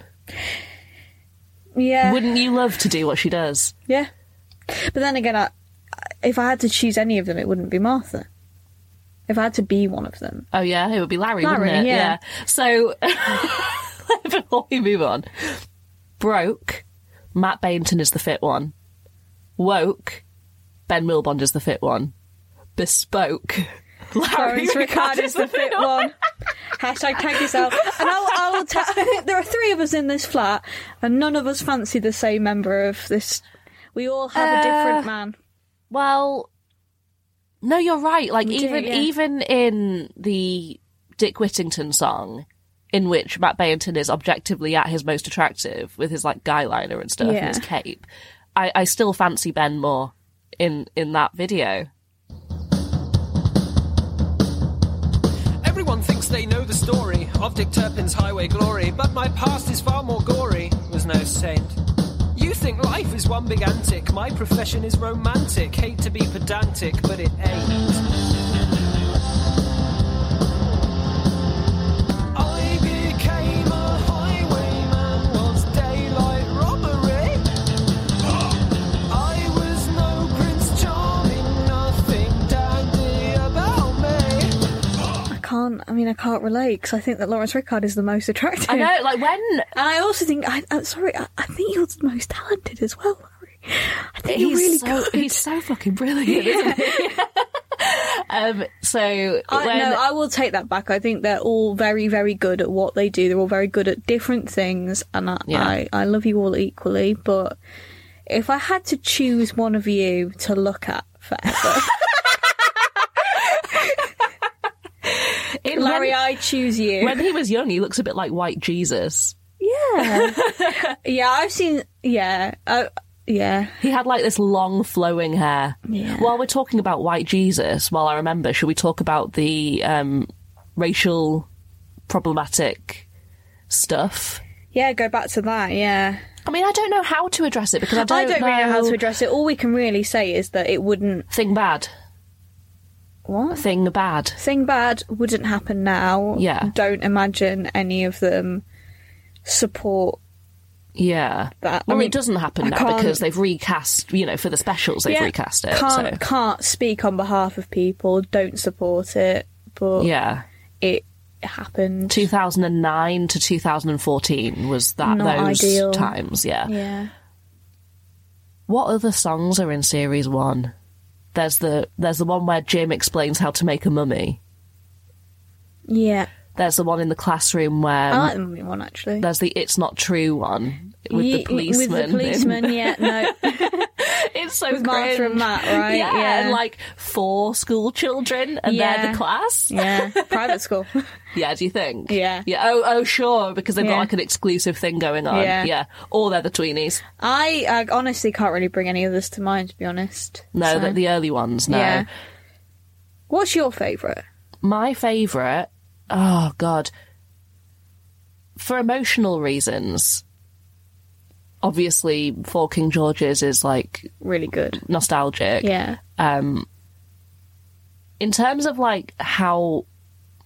Speaker 2: Yeah.
Speaker 1: Wouldn't you love to do what she does?
Speaker 2: Yeah, but then again, I, if I had to choose any of them, it wouldn't be Martha. If I had to be one of them,
Speaker 1: Oh yeah, it would be Larry, wouldn't
Speaker 2: Larry,
Speaker 1: it?
Speaker 2: yeah.
Speaker 1: So before we move on, broke. Matt Bainton is the fit one. Woke. Ben Milbond is the fit one. Bespoke. Larry
Speaker 2: Florence Ricard
Speaker 1: Ricard
Speaker 2: is the fit one. Hashtag tag yourself. And I'll, I'll ta- there are three of us in this flat, and none of us fancy the same member of this. We all have a different
Speaker 1: Uh,
Speaker 2: man.
Speaker 1: Well, no, you're right. Like
Speaker 2: We do,
Speaker 1: even
Speaker 2: yeah.
Speaker 1: even in the Dick Whittington song, in which Matt Bainton is objectively at his most attractive with his like guy liner and stuff
Speaker 2: Yeah.
Speaker 1: and his cape, I, I still fancy Ben more in in that video.
Speaker 12: Everyone thinks they know the story of Dick Turpin's highway glory, but my past is far more gory, was no saint. You think life is one big antic, my profession is romantic. Hate to be pedantic, but it ain't. I became a highwayman, was daylight robbery. I was no Prince Charming, nothing dandy about me.
Speaker 2: I can't. I mean, I can't relate because I think that Lawrence Rickard is the most attractive.
Speaker 1: I know, like when
Speaker 2: And I also think I, I'm sorry. I, I think you're the most talented as well, Larry. I think you're
Speaker 1: He's
Speaker 2: really
Speaker 1: so-
Speaker 2: good.
Speaker 1: he's so fucking brilliant, isn't he? um, so
Speaker 2: I,
Speaker 1: when
Speaker 2: no, I will take that back. I think they're all very, very good at what they do. They're all very good at different things, and I,
Speaker 1: Yeah.
Speaker 2: I, I love you all equally. But if I had to choose one of you to look at forever,
Speaker 1: in
Speaker 2: Larry,
Speaker 1: when-
Speaker 2: I choose you.
Speaker 1: when he was young, he looks a bit like White Jesus.
Speaker 2: yeah, yeah, I've seen. Yeah, uh, yeah.
Speaker 1: He had like this long flowing hair.
Speaker 2: Yeah.
Speaker 1: While we're talking about white Jesus, while I remember, should we talk about the um, racial problematic stuff?
Speaker 2: Yeah, go back to that. Yeah.
Speaker 1: I mean, I don't know how to address it because I don't,
Speaker 2: really know how
Speaker 1: know-
Speaker 2: to address it. All we can really say is that it wouldn't
Speaker 1: thing bad.
Speaker 2: What
Speaker 1: thing bad?
Speaker 2: Thing bad wouldn't happen now.
Speaker 1: Yeah.
Speaker 2: Don't imagine any of them support
Speaker 1: Yeah.
Speaker 2: that.
Speaker 1: I
Speaker 2: I
Speaker 1: mean,
Speaker 2: mean,
Speaker 1: it doesn't happen
Speaker 2: I
Speaker 1: now
Speaker 2: can't-
Speaker 1: because they've recast, you know, for the specials, they've
Speaker 2: Yeah,
Speaker 1: recast it.
Speaker 2: Can't
Speaker 1: so.
Speaker 2: can't speak on behalf of people. Don't support it. But
Speaker 1: Yeah.
Speaker 2: it happened.
Speaker 1: 2009 to 2014 was that
Speaker 2: Not
Speaker 1: those
Speaker 2: ideal.
Speaker 1: times, yeah.
Speaker 2: Yeah.
Speaker 1: What other songs are in series 1? There's the there's the one where Jim explains how to make a mummy.
Speaker 2: Yeah.
Speaker 1: There's the one in the classroom where Um,
Speaker 2: Ah. I like the mummy one actually.
Speaker 1: there's the it's not true one. with
Speaker 2: Ye-
Speaker 1: the policeman.
Speaker 2: With the policeman,
Speaker 1: in-
Speaker 2: yeah, no.
Speaker 1: it's so
Speaker 2: With Martha
Speaker 1: cringe.
Speaker 2: and Matt, right?
Speaker 1: Yeah,
Speaker 2: Yeah.
Speaker 1: and like four school children, and they're
Speaker 2: Yeah.
Speaker 1: the class.
Speaker 2: Yeah, private school.
Speaker 1: yeah, do you think?
Speaker 2: Yeah.
Speaker 1: yeah. Oh, oh, sure, because they've got
Speaker 2: Yeah.
Speaker 1: like an exclusive thing going on.
Speaker 2: Yeah.
Speaker 1: or they're the tweenies.
Speaker 2: I, I honestly can't really bring any others to mind, to be honest.
Speaker 1: No,
Speaker 2: So-
Speaker 1: the, the early ones. No.
Speaker 2: Yeah. What's your favourite?
Speaker 1: My favourite. Oh God. For emotional reasons, obviously, Four King George's is like
Speaker 2: really good,
Speaker 1: Mm, nostalgic.
Speaker 2: Yeah.
Speaker 1: Um. In terms of like how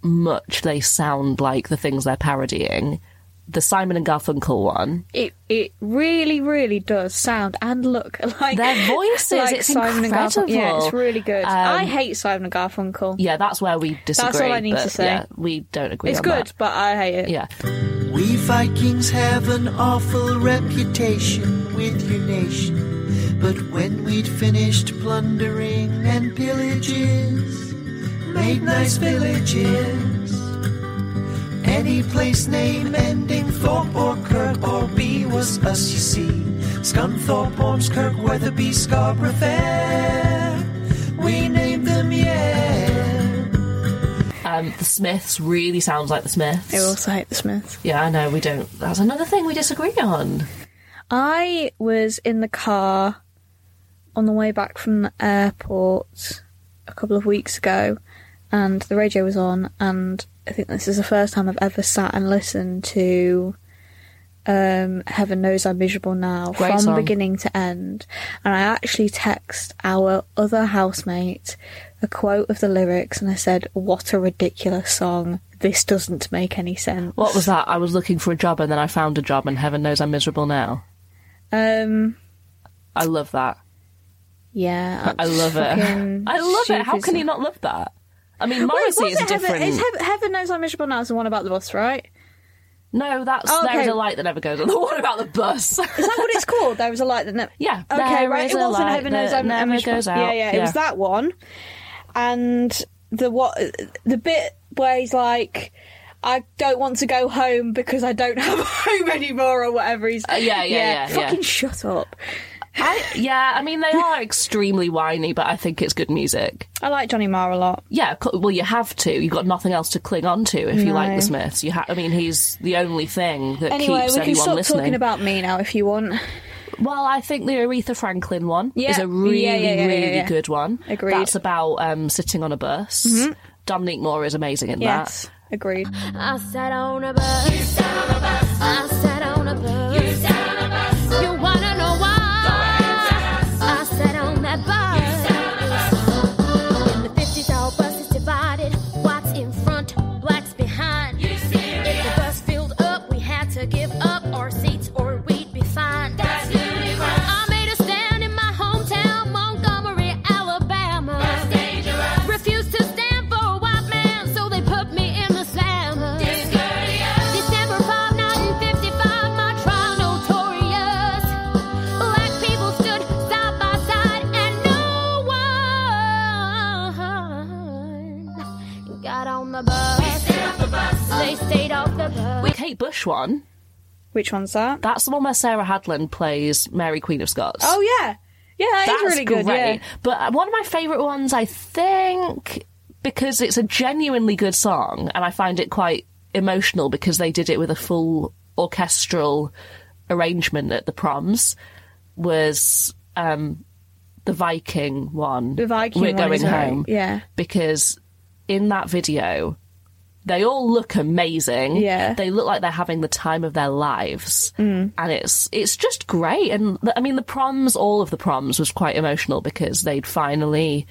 Speaker 1: much they sound like the things they're parodying, the Simon and Garfunkel one.
Speaker 2: It it really really does sound and look like
Speaker 1: Their voices,
Speaker 2: like
Speaker 1: it's
Speaker 2: Simon and Garfunkel. Yeah, it's
Speaker 1: incredible.
Speaker 2: really good.
Speaker 1: Um,
Speaker 2: I hate Simon and Garfunkel.
Speaker 1: Yeah, that's where we disagree.
Speaker 2: all I need
Speaker 1: but,
Speaker 2: to say.
Speaker 1: Yeah, we don't agree.
Speaker 2: it's
Speaker 1: on
Speaker 2: good,
Speaker 1: that.
Speaker 2: but I hate it.
Speaker 1: Yeah.
Speaker 5: We Vikings have an awful reputation with your nation. But when we'd finished plundering and pillages, made nice villages, any place name ending Thorpe or Kirk or B was us, you see. Scunthorpe, Ormskirk, Weatherby, Scarborough, Fair. We named them, yeah.
Speaker 1: Um, the Smiths really sounds like the Smiths.
Speaker 2: I also hate the Smiths.
Speaker 1: Yeah, I know we don't. That's another thing we disagree on.
Speaker 2: I was in the car on the way back from the airport a couple of weeks ago, and the radio was on, and I think this is the first time I've ever sat and listened to um, Heaven Knows I'm Miserable Now
Speaker 1: Great
Speaker 2: from
Speaker 1: song.
Speaker 2: beginning to end. And I actually text our other housemate a quote of the lyrics, and I said, What a ridiculous song. This doesn't make any sense.
Speaker 1: What was that? I was looking for a job and then I found a job, and heaven knows I'm miserable now.
Speaker 2: Um,
Speaker 1: I love that.
Speaker 2: yeah.
Speaker 1: I love it.
Speaker 2: fucking
Speaker 1: I love it. How
Speaker 2: stupid
Speaker 1: can you
Speaker 2: song.
Speaker 1: not love that? I mean,
Speaker 2: Well,
Speaker 1: Morrissey
Speaker 2: was
Speaker 1: is
Speaker 2: it
Speaker 1: different.
Speaker 2: Heaven, it's heaven, heaven knows I'm miserable now. Is the one about the bus, right?
Speaker 1: No, that's
Speaker 2: Oh,
Speaker 1: there is
Speaker 2: okay.
Speaker 1: a light that never goes on. The one about the bus.
Speaker 2: Is that what it's called? There was a light that never.
Speaker 1: Yeah.
Speaker 2: Okay,
Speaker 1: There
Speaker 2: right.
Speaker 1: is
Speaker 2: It
Speaker 1: a
Speaker 2: wasn't
Speaker 1: light
Speaker 2: Heaven knows
Speaker 1: that
Speaker 2: I'm I'm
Speaker 1: never
Speaker 2: miserable.
Speaker 1: goes
Speaker 2: Yeah,
Speaker 1: out.
Speaker 2: yeah, It
Speaker 1: Yeah.
Speaker 2: was that one, and the what the bit where he's like. I don't want to go home because I don't have a home anymore, or whatever he's.
Speaker 1: Uh, yeah, yeah, yeah, yeah.
Speaker 2: Fucking shut up.
Speaker 1: I, yeah, I mean they are extremely whiny, but I think it's good music.
Speaker 2: I like Johnny Marr a lot.
Speaker 1: Yeah, co- well, you have to. You've got nothing else to cling on to if you like
Speaker 2: No.
Speaker 1: the Smiths. You ha- I mean, he's the only thing that
Speaker 2: Anyway,
Speaker 1: keeps
Speaker 2: we can
Speaker 1: anyone
Speaker 2: stop
Speaker 1: listening.
Speaker 2: talking about me now if you want.
Speaker 1: Well, I think the Aretha Franklin one
Speaker 2: Yeah.
Speaker 1: is a really,
Speaker 2: Yeah, yeah, yeah,
Speaker 1: really
Speaker 2: yeah, yeah.
Speaker 1: good one.
Speaker 2: Agreed. Mm-hmm.
Speaker 1: That's about um, sitting on a bus. Dominique Moore is amazing in
Speaker 2: Yes, agreed.
Speaker 22: I sat on a bus. You sat on a bus. I sat on a bus. You sat on a bus. You wanna know why? I sat on that bus. In the 50s, all buses divided. Whites in front, blacks behind. if the bus filled up, we had to give up our seats or we'd be fined. That's ludicrous. I made a stand in my hometown, Montgomery, Alabama. That's dangerous. Refused to stand for a white man, so they put me in the slammer. Discourteous. December 5, 1955, my trial notorious. Black people stood side by side, and no one got on the bus. They stayed off the bus.
Speaker 1: that. The Kate Bush one.
Speaker 2: Which one's that?
Speaker 1: That's the one where Sarah Hadland plays Mary Queen of Scots.
Speaker 2: Oh yeah, yeah, that is
Speaker 1: That's
Speaker 2: really good.
Speaker 1: Great.
Speaker 2: Yeah.
Speaker 1: But uh, one of my favourite ones, I think, because it's a genuinely good song, and I find it quite emotional because they did it with a full orchestral arrangement at the proms, was um, the Viking one.
Speaker 2: The Viking
Speaker 1: We're
Speaker 2: one
Speaker 1: going
Speaker 2: is right,
Speaker 1: home.
Speaker 2: yeah.
Speaker 1: Because in that video, they all look amazing.
Speaker 2: Yeah.
Speaker 1: They look like they're having the time of their lives. Mm. And it's it's just great. And th- I mean the proms, all of the proms was quite emotional because they'd finally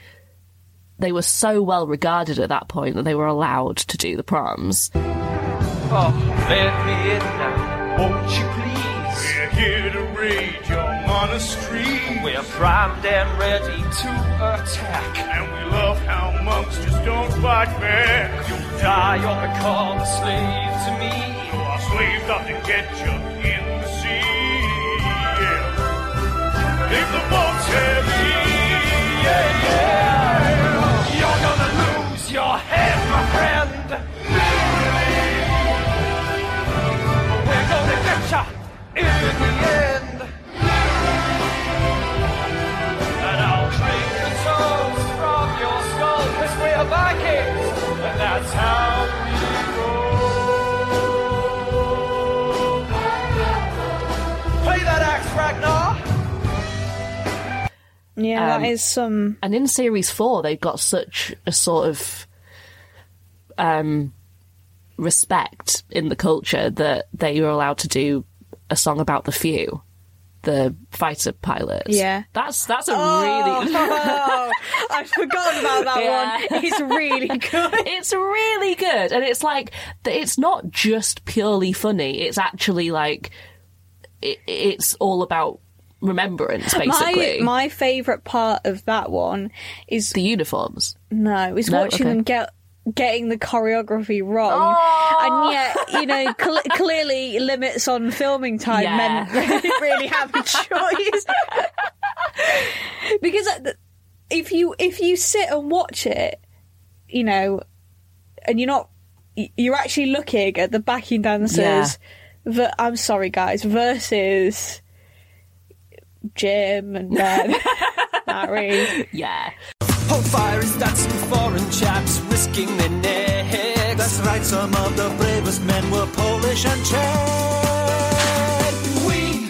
Speaker 1: they were so well regarded at that point that they were allowed to do the proms.
Speaker 3: Oh, let me in now, won't you please? We're here to raid your monastery. We're primed and ready to attack. And we love how monks just don't fight back. You'll die or become a slave to me. You are slaves up to get you in the sea. Yeah. If the boat's heavy, yeah, yeah. You're gonna lose your head, my friend. We're gonna get ya
Speaker 23: And I'll drink the souls from your skull, cause we're Vikings, and that's how we roll. Play that axe, Ragnar!
Speaker 2: Yeah,
Speaker 1: Um,
Speaker 2: that is some.
Speaker 1: And in series four, they've got such a sort of um, respect in the culture that they were allowed to do a song about the few, the fighter pilots.
Speaker 2: Yeah, Oh.
Speaker 1: that's that's a
Speaker 2: really. I've forgotten about that one. It's really good.
Speaker 1: It's really good, and it's like th- it's not just purely funny. It's actually like it, it's all about remembrance,
Speaker 2: My
Speaker 1: basically.
Speaker 2: my favourite part of that one is
Speaker 1: the uniforms.
Speaker 2: No, is
Speaker 1: No?
Speaker 2: watching
Speaker 1: Okay.
Speaker 2: them get getting the choreography wrong,
Speaker 1: Oh.
Speaker 2: and yet you know cl- clearly limits on filming time
Speaker 1: Yeah.
Speaker 2: meant they didn't really have a choice. because at the- if you if you sit and watch it, you know, and you're not y- you're actually looking at the backing dancers.
Speaker 1: Yeah.
Speaker 2: ver- I'm sorry, guys. Versus Jim and Ben, Harry.
Speaker 1: Yeah.
Speaker 12: Hold fire is that some foreign chaps risking their necks. That's right, some of the bravest men were Polish and Czech.
Speaker 3: We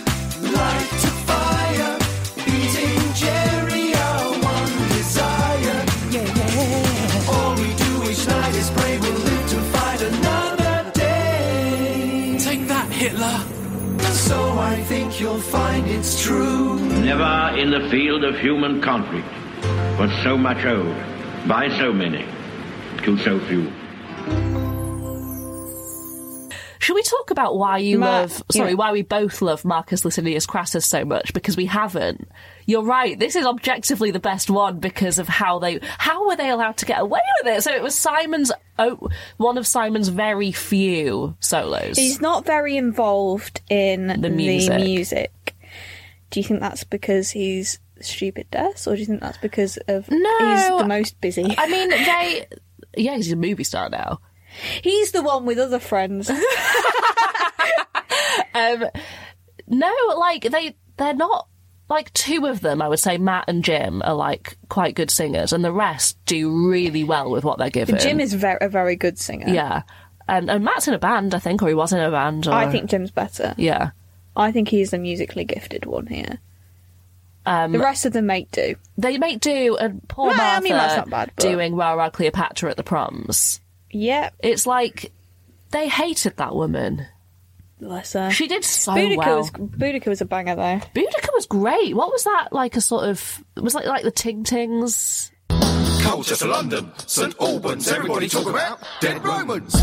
Speaker 3: light to fire, beating Jerry, our one desire. Yeah, yeah. All we do each night is pray we'll live to fight another day. Take that, Hitler. So I think you'll find it's true.
Speaker 7: Never in the field of human conflict was so much owed by so many to so few.
Speaker 1: Should we talk about why you
Speaker 7: Ma-
Speaker 1: love? Sorry,
Speaker 7: yeah.
Speaker 1: why we both love Marcus Licinius Crassus so much because we haven't. You're right. This is objectively the best one because of how they. How were they allowed to get away with it? So it was Simon's. Oh, one of Simon's very few solos.
Speaker 2: He's not very involved in the music.
Speaker 1: music.
Speaker 2: Do you think that's because he's stupid death, or do you think that's because of
Speaker 1: No.
Speaker 2: he's the most busy?
Speaker 1: I mean, they. Yeah, he's a movie star now.
Speaker 2: He's the one with other friends.
Speaker 1: um, no, like they they're not like two of them. I would say Matt and Jim are like quite good singers, and the rest do really well with what they're given.
Speaker 2: Jim is very, a very good singer.
Speaker 1: yeah, and and Matt's in a band, I think, or he was in a band. Or...
Speaker 2: I think Jim's better.
Speaker 1: yeah.
Speaker 2: I think he's the musically gifted one here.
Speaker 1: Um,
Speaker 2: The rest of them make do.
Speaker 1: They make do, and Paul
Speaker 2: Well,
Speaker 1: Martha
Speaker 2: I mean, that's not bad, but-
Speaker 1: doing Ra Ra Cleopatra at the proms.
Speaker 2: Yeah,
Speaker 1: it's like they hated that woman.
Speaker 2: Bless her.
Speaker 1: She did so
Speaker 2: Boudicca
Speaker 1: well.
Speaker 2: was Boudicca was a banger though.
Speaker 1: Boudica was great. What was that like? A sort of it was like like the Ting Tings.
Speaker 3: Colchester, London, St Albans, everybody talk about dead Romans.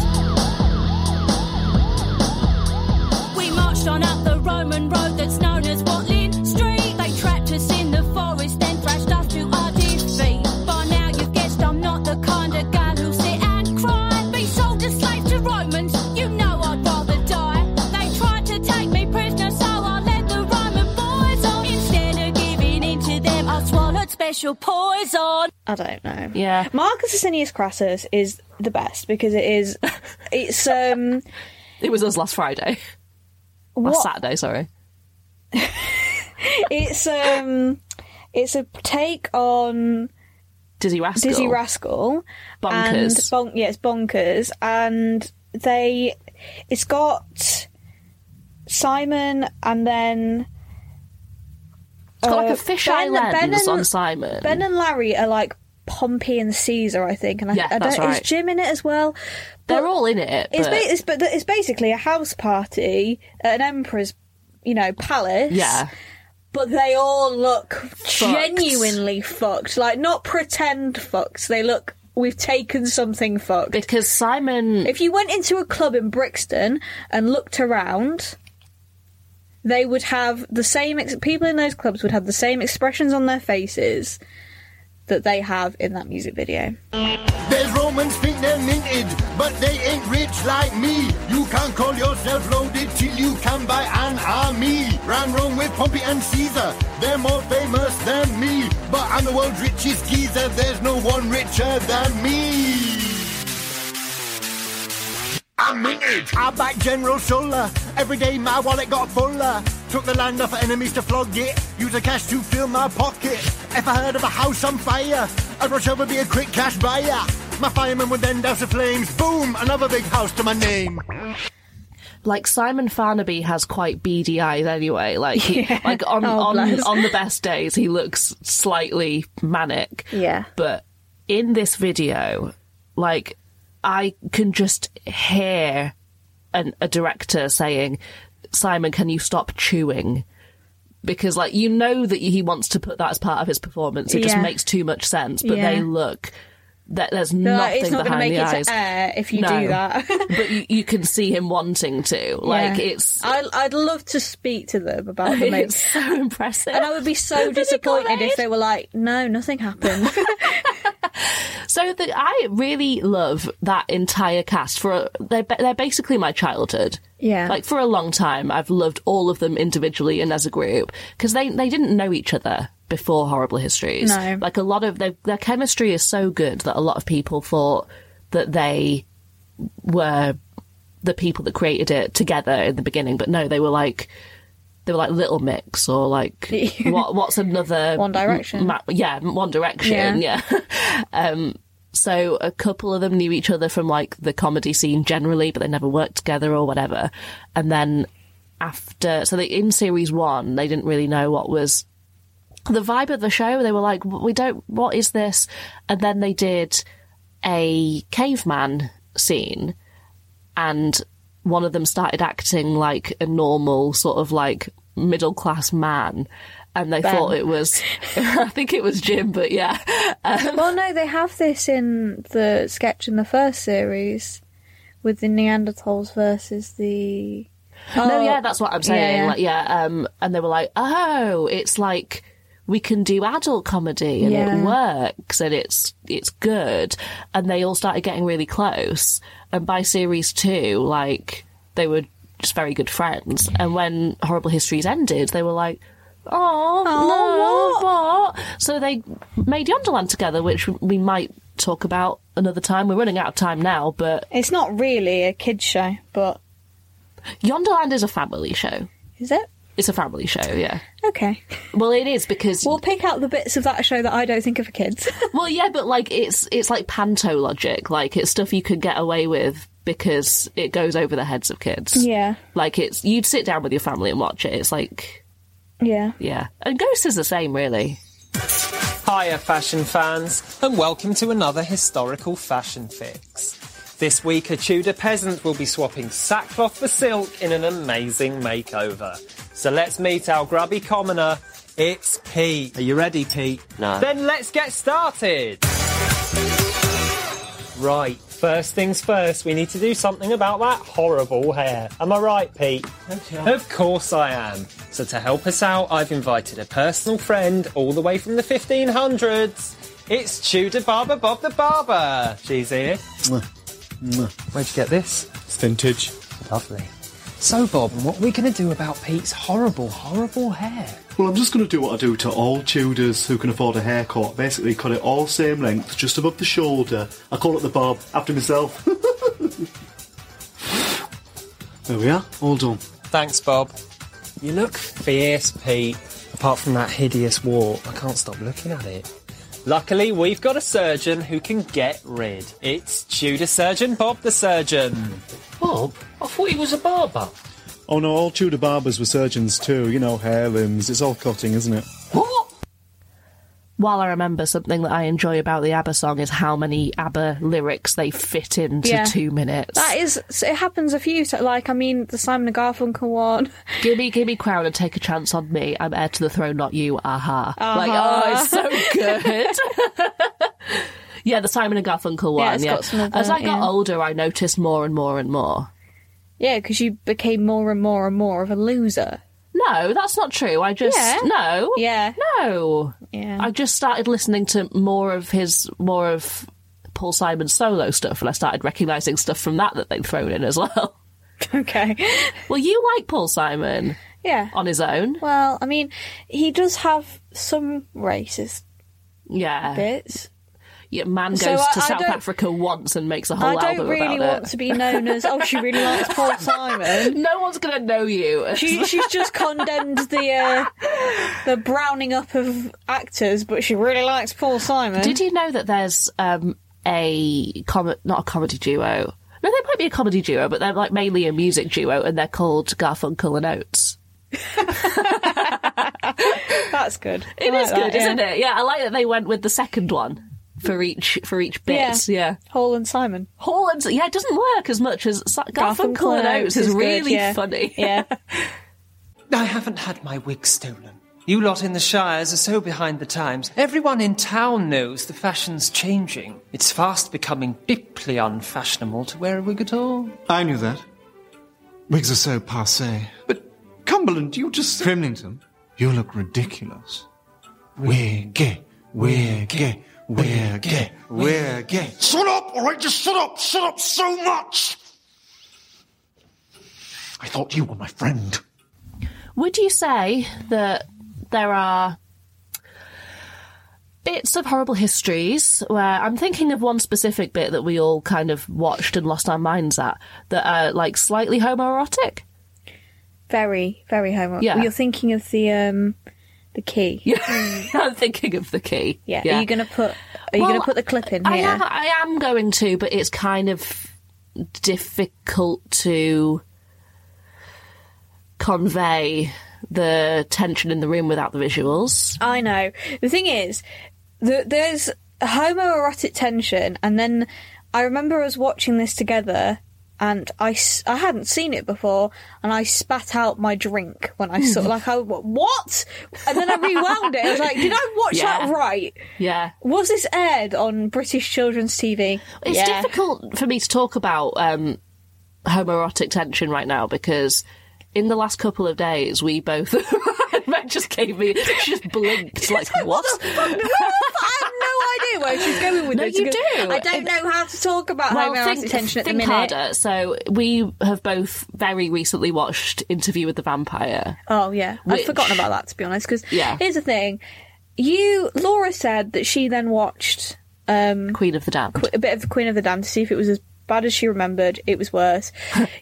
Speaker 22: We marched on up the Roman road that's known as Watling Street. They trapped us in the forest, then thrashed us to our defeat. By now you've guessed I'm not the kind of girl who'll sit and cry. Be sold as slaves to Romans, you know I'd rather die. They tried to take me prisoner, so I led the Roman boys on. Instead of giving in to them, I swallowed special poison.
Speaker 2: I don't know.
Speaker 1: Yeah.
Speaker 2: Marcus Asinius Crassus is the best because it is it's um
Speaker 1: It was us last Friday.
Speaker 2: What-
Speaker 1: Last Saturday, sorry.
Speaker 2: it's um it's a take on
Speaker 1: Dizzy Rascal.
Speaker 2: Dizzy Rascal and
Speaker 1: Bonkers.
Speaker 2: bon- yeah, it's bonkers, and they it's got Simon and then
Speaker 1: It's got
Speaker 2: uh,
Speaker 1: like a fisheye
Speaker 2: Ben- Ben
Speaker 1: lens
Speaker 2: and-
Speaker 1: on Simon.
Speaker 2: Ben and Larry are like Pompey and Caesar, I think, and I,
Speaker 1: Yeah,
Speaker 2: I don't.
Speaker 1: that's right.
Speaker 2: Is Jim in it as well?
Speaker 1: They're all in it,
Speaker 2: It's,
Speaker 1: but-
Speaker 2: ba- it's, but it's basically a house party at an emperor's, you know, palace.
Speaker 1: Yeah.
Speaker 2: But they all look genuinely fucked. Like not pretend fucked. They look. We've taken something fucked.
Speaker 1: Because Simon.
Speaker 2: If you went into a club in Brixton and looked around, they would have the same. Ex- people in those clubs would have the same expressions on their faces that they have in that music video.
Speaker 8: There's Romans think they're minted, but they ain't rich like me. You can't call yourself loaded till you can buy an army. Ran wrong with Pompey and Caesar, they're more famous than me. But I'm the world's richest geezer, there's no one richer than me. I'm minted. I backed General Sulla. Every day my wallet got fuller. Took the land off enemies to flog it. Use the cash to fill my pocket. If I heard of a house on fire, I'd rush over be a quick cash buyer. My fireman would then douse the flames. Boom! Another big house to my name.
Speaker 1: Like Simon Farnaby has quite beady eyes anyway. Like he,
Speaker 2: Yeah.
Speaker 1: like on,
Speaker 2: Oh,
Speaker 1: on
Speaker 2: bless.
Speaker 1: on the best days he looks slightly manic.
Speaker 2: Yeah.
Speaker 1: But in this video, like I can just hear an, a director saying, "Simon, can you stop chewing?" Because like you know that he wants to put that as part of his performance. It just
Speaker 2: Yeah.
Speaker 1: makes too much sense. But
Speaker 2: Yeah.
Speaker 1: they look that there's
Speaker 2: They're
Speaker 1: nothing
Speaker 2: like, "It's not gonna
Speaker 1: behind
Speaker 2: make
Speaker 1: the
Speaker 2: it
Speaker 1: eyes.
Speaker 2: to air if you
Speaker 1: No.
Speaker 2: do that.
Speaker 1: but you, you can see him wanting to. Like
Speaker 2: Yeah.
Speaker 1: it's
Speaker 2: I, I'd love to speak to them about the
Speaker 1: It's
Speaker 2: makeup.
Speaker 1: so impressive,
Speaker 2: and I would be so disappointed if they were like, "No, nothing happened."
Speaker 1: so that I really love that entire cast. For a, they're ba- they're basically my childhood.
Speaker 2: Yeah.
Speaker 1: like for a long time, I've loved all of them individually and as a group because they they didn't know each other before Horrible Histories.
Speaker 2: No.
Speaker 1: like a lot of their their chemistry is so good that a lot of people thought that they were the people that created it together in the beginning, but no, they were like they were like Little Mix or like what what's another One
Speaker 2: Direction.
Speaker 1: ma- yeah, One Direction, yeah. um, so a couple of them knew each other from like the comedy scene generally, but they never worked together or whatever. And then after, so they in series one, they didn't really know what was the vibe of the show. They were like, "We don't. What is this?" And then they did a caveman scene, and one of them started acting like a normal sort of like middle class man. And they
Speaker 2: Ben.
Speaker 1: thought it was, I think it was Jim, but yeah.
Speaker 2: well, no, they have this in the sketch in the first series with the Neanderthals versus the.
Speaker 1: No,
Speaker 2: Oh,
Speaker 1: yeah, that's what I'm saying. Like, yeah, um, and they were like, oh, it's like we can do adult comedy and
Speaker 2: Yeah.
Speaker 1: it works and it's it's good. And they all started getting really close. And by series two, like they were just very good friends. And when Horrible Histories ended, they were like. Oh, no, what? So they made Yonderland together, which we might talk about another time. We're running out of time now, but
Speaker 2: it's not really a kids show, but
Speaker 1: Yonderland is a family show.
Speaker 2: Is it?
Speaker 1: It's a family show, yeah.
Speaker 2: Okay.
Speaker 1: Well, it is because
Speaker 2: we'll pick out the bits of that show that I don't think are for kids.
Speaker 1: well, yeah, but like it's it's like panto logic. Like it's stuff you could get away with because it goes over the heads of kids.
Speaker 2: Yeah.
Speaker 1: Like it's you'd sit down with your family and watch it. It's like
Speaker 2: yeah.
Speaker 1: yeah, and Ghost is the same, really.
Speaker 12: Hiya, fashion fans, and welcome to another historical fashion fix. This week, a Tudor peasant will be swapping sackcloth for silk in an amazing makeover. So let's meet our grubby commoner. It's Pete. Are you ready, Pete?
Speaker 9: No.
Speaker 12: Then let's get started. Right, first things first, we need to do something about that horrible hair. Am I right, Pete? Of course I am. So to help us out, I've invited a personal friend all the way from the 1500s. It's Tudor Barber Bob the Barber. She's here. Where'd you get this? It's vintage. Lovely. So, Bob, what are we going to do about Pete's horrible, horrible hair?
Speaker 9: Well, I'm just going to do what I do to all Tudors who can afford a haircut. Basically, cut it all same length, just above the shoulder. I call it the bob, after myself. there we are, all done.
Speaker 12: Thanks, Bob. You look fierce, Pete. Apart from that hideous war, I can't stop looking at it. Luckily, we've got a surgeon who can get rid. It's Tudor surgeon Bob the surgeon. Bob? I thought he was a barber.
Speaker 9: Oh no, all Tudor barbers were surgeons too. You know, hair, limbs, it's all cutting, isn't it?
Speaker 1: While I remember something that I enjoy about the ABBA song is how many ABBA lyrics they fit into
Speaker 2: Yeah.
Speaker 1: two minutes.
Speaker 2: That is, so it happens a few times. Like, I mean, the Simon and Garfunkel one.
Speaker 1: Gimme, gimme crown and take a chance on me. I'm heir to the throne, not you. Aha. Like,
Speaker 2: Uh-huh.
Speaker 1: oh, it's so good. yeah, the Simon and Garfunkel one.
Speaker 2: Yeah, it's got some of
Speaker 1: As I
Speaker 2: that,
Speaker 1: got
Speaker 2: yeah.
Speaker 1: older, I noticed more and more and more.
Speaker 2: Yeah, because you became more and more and more of a loser.
Speaker 1: No, that's not true. I just
Speaker 2: Yeah.
Speaker 1: no.
Speaker 2: Yeah.
Speaker 1: No.
Speaker 2: Yeah.
Speaker 1: I just started listening to more of his more of Paul Simon's solo stuff, and I started recognizing stuff from that that they'd thrown in as well.
Speaker 2: Okay.
Speaker 1: Well, you like Paul Simon
Speaker 2: Yeah.
Speaker 1: on his own.
Speaker 2: Well, I mean, he does have some racist
Speaker 1: Yeah.
Speaker 2: bits.
Speaker 1: yeah, man goes
Speaker 2: So I-
Speaker 1: to
Speaker 2: I
Speaker 1: South
Speaker 2: don't-
Speaker 1: Africa once and makes a whole
Speaker 2: I don't
Speaker 1: album
Speaker 2: really
Speaker 1: about
Speaker 2: want
Speaker 1: it.
Speaker 2: to be known as oh she really likes Paul Simon.
Speaker 1: No one's gonna know you.
Speaker 2: She, she's just condemned the uh, the browning up of actors, but she really likes Paul Simon.
Speaker 1: Did you know that there's um, a com- not a comedy duo? No, they might be a comedy duo, but they're like mainly a music duo, and they're called Garfunkel and Oates.
Speaker 2: That's good.
Speaker 1: It is
Speaker 2: I like that,
Speaker 1: good,
Speaker 2: yeah.
Speaker 1: isn't it? Yeah, I like that they went with the second one for each for each bit. Yeah.
Speaker 2: Hall and Simon.
Speaker 1: Hall and yeah, it doesn't work as much as Sa- Garfunkel and Oates is
Speaker 2: good,
Speaker 1: really
Speaker 2: yeah.
Speaker 1: funny.
Speaker 2: Yeah.
Speaker 13: I haven't had my wig stolen. You lot in the Shires are so behind the times. Everyone in town knows the fashion's changing. It's fast becoming deeply unfashionable to wear a wig at all.
Speaker 14: I knew that. Wigs are so passe. But Cumberland, you just. Crimlington, you look ridiculous. We're gay. We're gay. We're gay. We're gay.
Speaker 3: Shut up, alright? Just shut up! Shut up so much!
Speaker 14: I thought you were my friend.
Speaker 1: Would you say that there are bits of horrible histories where I'm thinking of one specific bit that we all kind of watched and lost our minds at that are like slightly homoerotic?
Speaker 2: Very, very homework.
Speaker 1: Yeah.
Speaker 2: You're thinking of the um the key.
Speaker 1: Yeah. I'm thinking of the key.
Speaker 2: Yeah. Are you gonna put are you
Speaker 1: Well,
Speaker 2: gonna put the clip in here?
Speaker 1: I am, I am going to, but it's kind of difficult to convey the tension in the room without the visuals.
Speaker 2: I know. The thing is, the, there's homoerotic tension, and then I remember us watching this together, and I, s- I hadn't seen it before, and I spat out my drink when I saw like I wa- what, and then I rewound it. I was like, did I watch
Speaker 1: Yeah.
Speaker 2: that right?
Speaker 1: Yeah.
Speaker 2: Was this aired on British children's TV?
Speaker 1: It's
Speaker 2: Yeah.
Speaker 1: difficult for me to talk about um, homoerotic tension right now because in the last couple of days we both. Matt just gave me, she just blinked like what?
Speaker 2: I have no idea where she's going with
Speaker 1: No,
Speaker 2: this.
Speaker 1: you
Speaker 2: because
Speaker 1: do.
Speaker 2: I don't know how to talk about homoerotic tension at the
Speaker 1: think
Speaker 2: minute.
Speaker 1: harder. So we have both very recently watched Interview with the Vampire.
Speaker 2: Oh yeah,
Speaker 1: Which-
Speaker 2: I'd forgotten about that to be honest. Because
Speaker 1: Yeah.
Speaker 2: here's the thing: you, Laura said that she then watched um,
Speaker 1: Queen of the Damned,
Speaker 2: a bit of Queen of the Damned to see if it was as bad as she remembered. It was worse.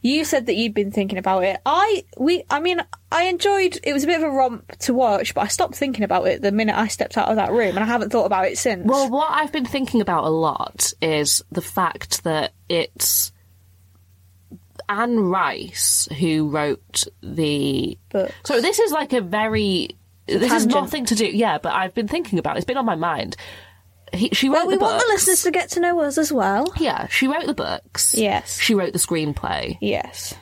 Speaker 2: you said that you'd been thinking about it. I we, I mean, I enjoyed. It was a bit of a romp to watch, but I stopped thinking about it the minute I stepped out of that room, and I haven't thought about it since.
Speaker 1: Well, what I've been thinking about a lot is the fact that it's Anne Rice who wrote the. So this is like a very. This is
Speaker 2: Tangent.
Speaker 1: nothing to do. Yeah, but I've been thinking about it. It's been on my mind. He, she wrote
Speaker 2: Well, we
Speaker 1: the
Speaker 2: want the
Speaker 1: books.
Speaker 2: listeners to get to know us as well.
Speaker 1: Yeah, she wrote the books.
Speaker 2: Yes.
Speaker 1: She wrote the screenplay.
Speaker 2: Yes.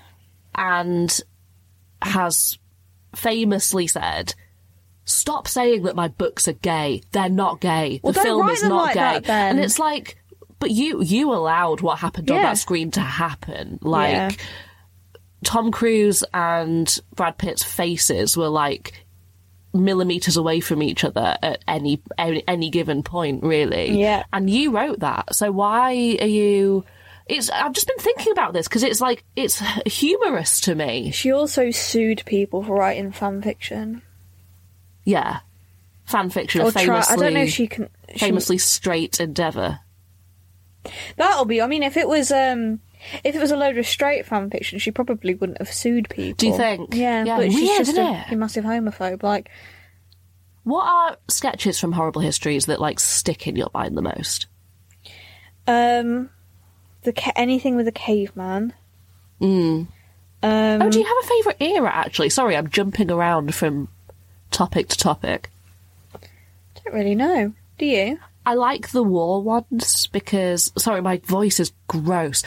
Speaker 1: And has famously said, Stop saying that my books are gay. They're not gay.
Speaker 2: Well,
Speaker 1: the
Speaker 2: don't
Speaker 1: film
Speaker 2: write
Speaker 1: is
Speaker 2: them
Speaker 1: not
Speaker 2: like
Speaker 1: gay.
Speaker 2: that, then.
Speaker 1: And it's like but you you allowed what happened on
Speaker 2: Yeah.
Speaker 1: that screen to happen. Like
Speaker 2: Yeah.
Speaker 1: Tom Cruise and Brad Pitt's faces were like millimeters away from each other at any any, any given point really
Speaker 2: Yeah.
Speaker 1: and you wrote that so why are you it's i've just been thinking about this because it's like it's humorous to me
Speaker 2: She also sued people for writing fan fiction.
Speaker 1: yeah fan fiction
Speaker 2: Or
Speaker 1: of
Speaker 2: try- I don't
Speaker 1: famously
Speaker 2: know if she can- she-
Speaker 1: famously straight endeavor
Speaker 2: That'll be. I mean, if it was um, if it was a load of straight fan fiction, she probably wouldn't have sued people.
Speaker 1: Do you think?
Speaker 2: Yeah,
Speaker 1: Yeah,
Speaker 2: but she's
Speaker 1: weird,
Speaker 2: just
Speaker 1: isn't
Speaker 2: a, a massive homophobe. Like,
Speaker 1: what are sketches from horrible histories that like stick in your mind the most
Speaker 2: um, the ca- anything with a caveman.
Speaker 1: mm.
Speaker 2: Um,
Speaker 1: oh do you have a favorite era actually sorry i'm jumping around from topic to topic
Speaker 2: don't really know. Do you?
Speaker 1: I like the war ones because sorry, my voice is gross.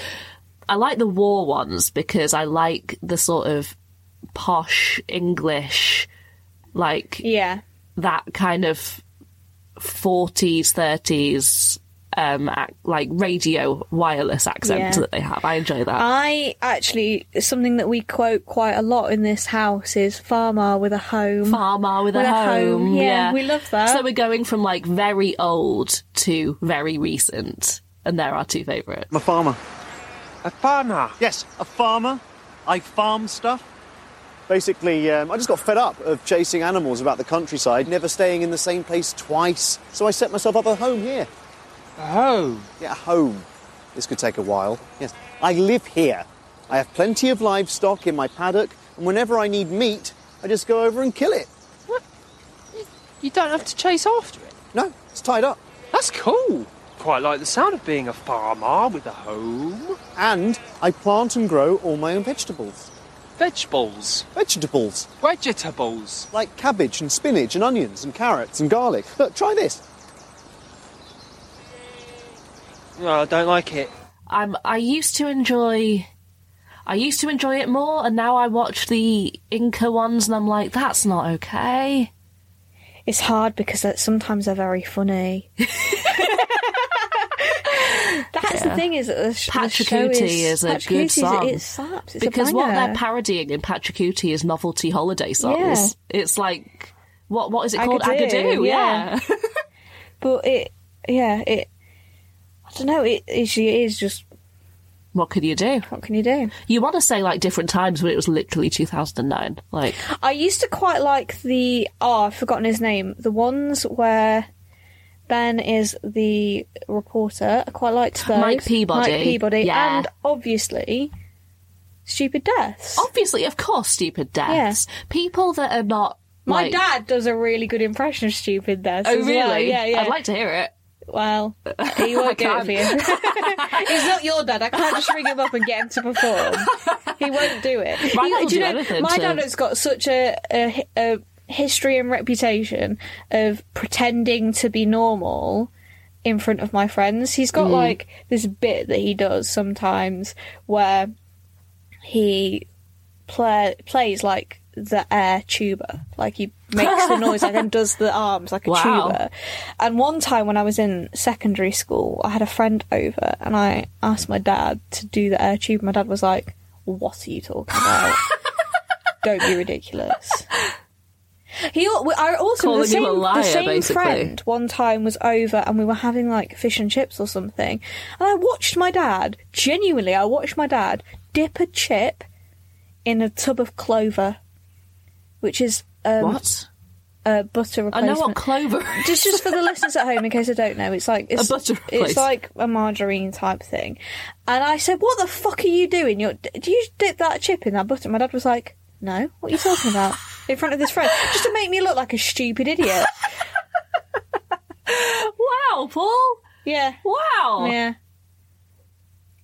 Speaker 1: I like the war ones because I like the sort of posh English, like
Speaker 2: yeah,
Speaker 1: that kind of forties, thirties, um, ac- like radio wireless accent
Speaker 2: Yeah. Um,
Speaker 1: that they have. I enjoy that.
Speaker 2: I actually something that we quote quite a lot in this house is "farmer with a home."
Speaker 1: Farmer with, a home,
Speaker 2: Yeah, we love that.
Speaker 1: So we're going from like very old to very recent, and there are two favourites.
Speaker 15: I'm a farmer. A farmer? Yes, a farmer. I farm stuff. Basically, um, I just got fed up of chasing animals about the countryside, never staying in the same place twice. So I set myself up a home here. Home? Yeah, home. This could take a while. Yes. I live here. I have plenty of livestock in my paddock, and whenever I need meat, I just go over and kill it.
Speaker 13: You don't have to chase after it.
Speaker 15: No, it's tied up.
Speaker 13: That's cool. Quite like the sound of being a farmer with a home.
Speaker 15: And I plant and grow all my own vegetables.
Speaker 13: Vegetables.
Speaker 15: Vegetables.
Speaker 13: Vegetables.
Speaker 15: Like cabbage and spinach and onions and carrots and garlic. Look, try this.
Speaker 13: No, I don't like it.
Speaker 1: I'm, I used to enjoy. I used to enjoy it more, and now I watch the Inca ones, and I'm like, that's not okay.
Speaker 2: It's hard because uh, sometimes they're very funny. That's the thing is that the, sh- the show
Speaker 1: Patrick is, a good
Speaker 2: Patrickuti's-
Speaker 1: song.
Speaker 2: It slaps. It's
Speaker 1: because
Speaker 2: a
Speaker 1: what
Speaker 2: banger.
Speaker 1: they're parodying in Patricuti is novelty holiday songs. It's like what what is it called?
Speaker 2: Agadoo,
Speaker 1: Agadoo, yeah.
Speaker 2: but it, yeah, it. I don't know. It, it she is just.
Speaker 1: What could you do?
Speaker 2: What can you do?
Speaker 1: You want to say like different times, but it was literally 2009. Like
Speaker 2: I used to quite like the. Oh, I've forgotten his name. The ones where Ben is the reporter. I quite liked those.
Speaker 1: Mike Peabody.
Speaker 2: Mike Peabody.
Speaker 1: Yeah.
Speaker 2: And obviously, Stupid Deaths.
Speaker 1: obviously, of course, stupid deaths. People that are not.
Speaker 2: My
Speaker 1: like-
Speaker 2: dad does a really good impression of Stupid Deaths.
Speaker 1: Oh
Speaker 2: as well.
Speaker 1: really?
Speaker 2: Yeah, yeah.
Speaker 1: I'd like to hear it.
Speaker 2: Well, he won't do it for you. He's not your dad. I can't just ring him up and get him to perform. He won't do it.
Speaker 1: My
Speaker 2: He-
Speaker 1: dad will
Speaker 2: you
Speaker 1: do
Speaker 2: know,
Speaker 1: anything
Speaker 2: my
Speaker 1: to-
Speaker 2: dad has got such a, a, hi- a history and reputation of pretending to be normal in front of my friends. He's got
Speaker 1: Mm.
Speaker 2: like this bit that he does sometimes where he play, plays like the air tuba. Like he makes the noise and then does the arms like a
Speaker 1: Wow.
Speaker 2: tuba. And one time when I was in secondary school, I had a friend over and I asked my dad to do the air tuba. My dad was like, What are you talking about? Don't be ridiculous. He, al- I also
Speaker 1: Calling
Speaker 2: the
Speaker 1: you
Speaker 2: same,
Speaker 1: a liar,
Speaker 2: the same
Speaker 1: basically.
Speaker 2: friend one time was over and we were having like fish and chips or something, and I watched my dad genuinely. I watched my dad dip a chip in a tub of clover, which is um,
Speaker 1: What?
Speaker 2: A butter
Speaker 1: I know
Speaker 2: replacement.
Speaker 1: what clover is.
Speaker 2: Just, just for the listeners at home, in case I don't know, it's like it's,
Speaker 1: A butter
Speaker 2: it's
Speaker 1: replace-
Speaker 2: like a margarine type thing. And I said, "What the fuck are you doing? You're, do you dip that chip in that butter?" My dad was like, "No, what are you talking about?" In front of this friend, just to make me look like a stupid idiot.
Speaker 1: Wow, Paul.
Speaker 2: Yeah.
Speaker 1: Wow.
Speaker 2: Yeah.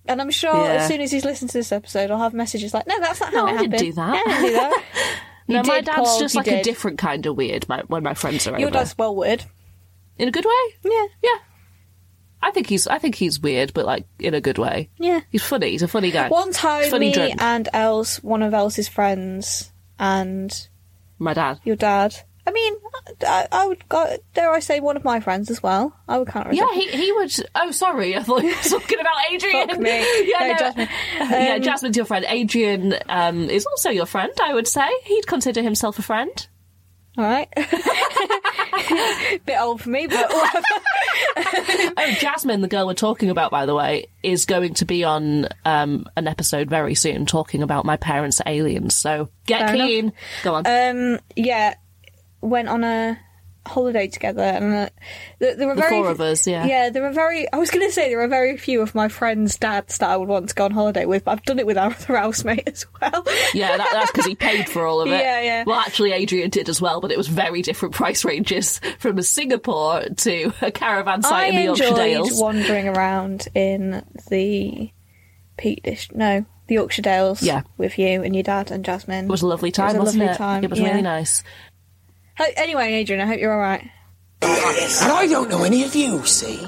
Speaker 2: And I'm sure
Speaker 1: Yeah.
Speaker 2: as soon as he's listened to this episode, I'll have messages like, "No, that's not how
Speaker 1: No,
Speaker 2: it
Speaker 1: I didn't
Speaker 2: happened."
Speaker 1: do that.
Speaker 2: Yeah, I didn't do that. You
Speaker 1: no, my
Speaker 2: did,
Speaker 1: dad's
Speaker 2: Paul,
Speaker 1: just
Speaker 2: you
Speaker 1: like a
Speaker 2: did.
Speaker 1: different kind of weird my, when my friends are
Speaker 2: Your
Speaker 1: over.
Speaker 2: dad's well weird.
Speaker 1: In a good way?
Speaker 2: Yeah.
Speaker 1: Yeah. I think he's I think he's weird, but like in a good way.
Speaker 2: Yeah.
Speaker 1: He's funny, he's a funny guy.
Speaker 2: One time,
Speaker 1: funny
Speaker 2: me
Speaker 1: drunk.
Speaker 2: and Els, one of Els's friends, and
Speaker 1: my dad.
Speaker 2: your dad. I mean, I, I would go, dare I say one of my friends as well. I would count. her as
Speaker 1: Yeah,
Speaker 2: a-
Speaker 1: he he would oh sorry, I thought you were talking about Adrian.
Speaker 2: Fuck me.
Speaker 1: Yeah,
Speaker 2: No, Jasmine.
Speaker 1: yeah,
Speaker 2: Um,
Speaker 1: Jasmine's your friend. Adrian um, is also your friend, I would say. He'd consider himself a friend.
Speaker 2: All right. Bit old for me, but whatever.
Speaker 1: oh, Jasmine, the girl we're talking about, by the way, is going to be on um, an episode very soon talking about my parents' aliens. So get
Speaker 2: Fair enough.
Speaker 1: keen. Uh, Go on.
Speaker 2: Um, yeah, went on a holiday together, and uh, there, there were
Speaker 1: The
Speaker 2: very
Speaker 1: four of us, yeah.
Speaker 2: yeah. There were very. I was going to say there were very few of my friends' dads that I would want to go on holiday with, but I've done it with our other housemate as well.
Speaker 1: yeah, that, that's because he paid for all of it.
Speaker 2: Yeah, yeah.
Speaker 1: Well, actually, Adrian did as well, but it was very different price ranges from Singapore to a caravan site
Speaker 2: I
Speaker 1: in the Yorkshire
Speaker 2: enjoyed
Speaker 1: Dales.
Speaker 2: wandering around in the Peak Dish. No, the Yorkshire Dales.
Speaker 1: Yeah.
Speaker 2: with you and your dad and Jasmine.
Speaker 1: It was a lovely time,
Speaker 2: It was a
Speaker 1: wasn't
Speaker 2: lovely
Speaker 1: it?
Speaker 2: time.
Speaker 1: It was
Speaker 2: yeah.
Speaker 1: really nice.
Speaker 2: Ho- anyway, Adrian, I hope you're all right.
Speaker 16: And I don't know any of you, see?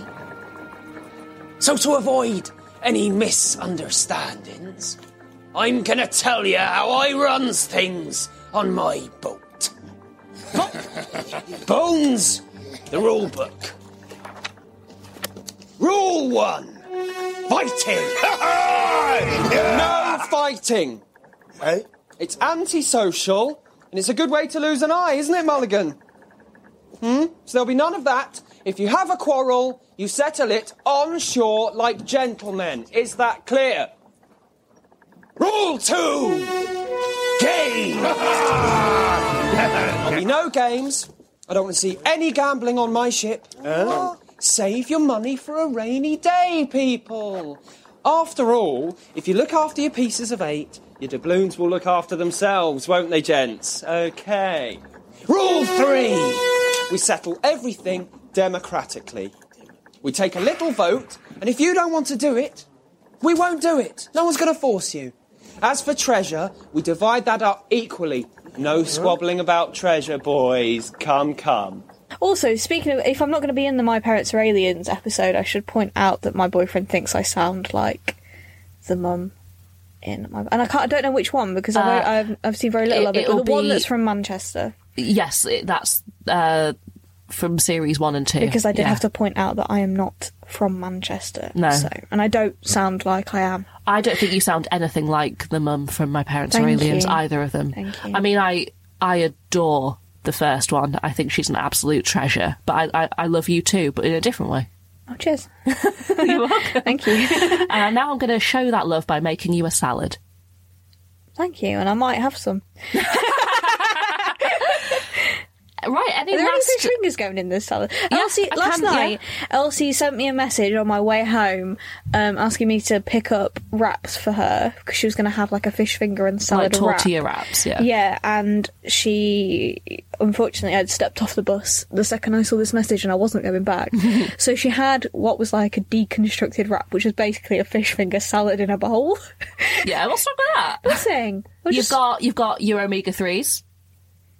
Speaker 16: So to avoid any misunderstandings, I'm gonna tell you how I runs things on my boat. Bones, the rule book. Rule one fighting.
Speaker 13: no fighting. It's antisocial, and it's a good way to lose an eye, isn't it, Mulligan? Hmm? So there'll be none of that. If you have a quarrel, you settle it on shore like gentlemen. Is that clear?
Speaker 16: Rule two game.
Speaker 13: There'll be no games. I don't want to see any gambling on my ship.
Speaker 16: Save your money for a rainy day, people. After all, if you look after your pieces of eight, your doubloons will look after themselves, won't they, gents? Okay. Rule three we settle everything democratically. We take a little vote, and if you don't want to do it, we won't do it. No one's going to force you. As for treasure, we divide that up equally. No squabbling about treasure, boys. Come, come.
Speaker 2: Also, speaking of, if I'm not going to be in the My Parents Are Aliens episode, I should point out that my boyfriend thinks I sound like the mum in my. And I can't. I don't know which one because
Speaker 1: Uh,
Speaker 2: I've, I've I've seen very little
Speaker 1: it-
Speaker 2: of it. But
Speaker 1: it'll
Speaker 2: the one
Speaker 1: be-
Speaker 2: that's from Manchester.
Speaker 1: Yes, it, that's uh, from series one and two.
Speaker 2: Because I did
Speaker 1: yeah.
Speaker 2: have to point out that I am not from Manchester.
Speaker 1: No.
Speaker 2: So, and I don't sound like I am.
Speaker 1: I don't think you sound anything like the mum from My Parents Are
Speaker 2: Thank
Speaker 1: Aliens,
Speaker 2: you.
Speaker 1: either of them.
Speaker 2: Thank you.
Speaker 1: I mean, I I adore the first one. I think she's an absolute treasure. But I I, I love you too, but in a different way.
Speaker 2: Oh, cheers.
Speaker 1: Thank
Speaker 2: you.
Speaker 1: and now I'm going to show that love by making you a salad.
Speaker 2: Thank you, and I might have some.
Speaker 1: Right, any
Speaker 2: Are there
Speaker 1: last-
Speaker 2: any fish fingers going in this salad?
Speaker 1: Yeah,
Speaker 2: Elsie,
Speaker 1: I
Speaker 2: last
Speaker 1: can, yeah.
Speaker 2: night, Elsie sent me a message on my way home um, asking me to pick up wraps for her because she was going to have like a fish finger and salad
Speaker 1: like
Speaker 2: wrap.
Speaker 1: tortilla wraps, yeah.
Speaker 2: Yeah, and she unfortunately had stepped off the bus the second I saw this message and I wasn't going back. so she had what was like a deconstructed wrap, which was basically a fish finger salad in a bowl.
Speaker 1: Yeah, what's wrong with that?
Speaker 2: Nothing.
Speaker 1: You've got you've got your omega threes.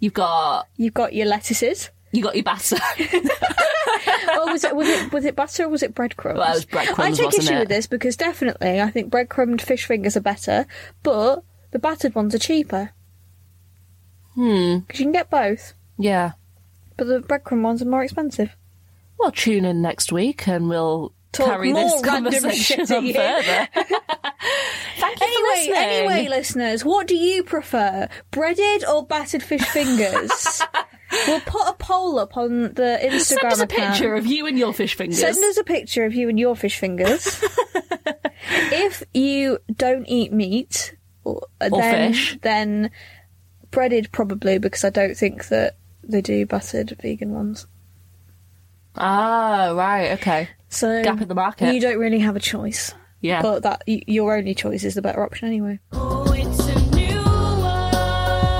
Speaker 1: You've got
Speaker 2: you've got your lettuces.
Speaker 1: You got your batter.
Speaker 2: oh, was it was it was it butter or was it breadcrumbs?
Speaker 1: Well, it was breadcrumbs,
Speaker 2: I take
Speaker 1: wasn't
Speaker 2: issue
Speaker 1: it?
Speaker 2: with this because definitely I think breadcrumbed fish fingers are better, but the battered ones are cheaper
Speaker 1: hmm.
Speaker 2: because you can get both,
Speaker 1: Yeah.
Speaker 2: but the breadcrumb ones are more expensive.
Speaker 1: Well, tune in next week and we'll
Speaker 2: Talk
Speaker 1: carry
Speaker 2: more
Speaker 1: this
Speaker 2: random
Speaker 1: conversation
Speaker 2: shit at
Speaker 1: on
Speaker 2: you.
Speaker 1: further. Thank you for
Speaker 2: Anyway,
Speaker 1: listening.
Speaker 2: anyway, listeners, what do you prefer, breaded or battered fish fingers? we'll put a poll up on the Instagram
Speaker 1: Send us a
Speaker 2: account.
Speaker 1: picture of you and your fish fingers.
Speaker 2: Send us a picture of you and your fish fingers. if you don't eat meat or, uh,
Speaker 1: Or
Speaker 2: then,
Speaker 1: fish.
Speaker 2: then breaded probably because I don't think that they do buttered vegan ones.
Speaker 1: Ah, right, okay.
Speaker 2: So
Speaker 1: Gap in the market.
Speaker 2: You don't really have a choice.
Speaker 1: Yeah.
Speaker 2: but that y- your only choice is the better option anyway.
Speaker 22: It's a new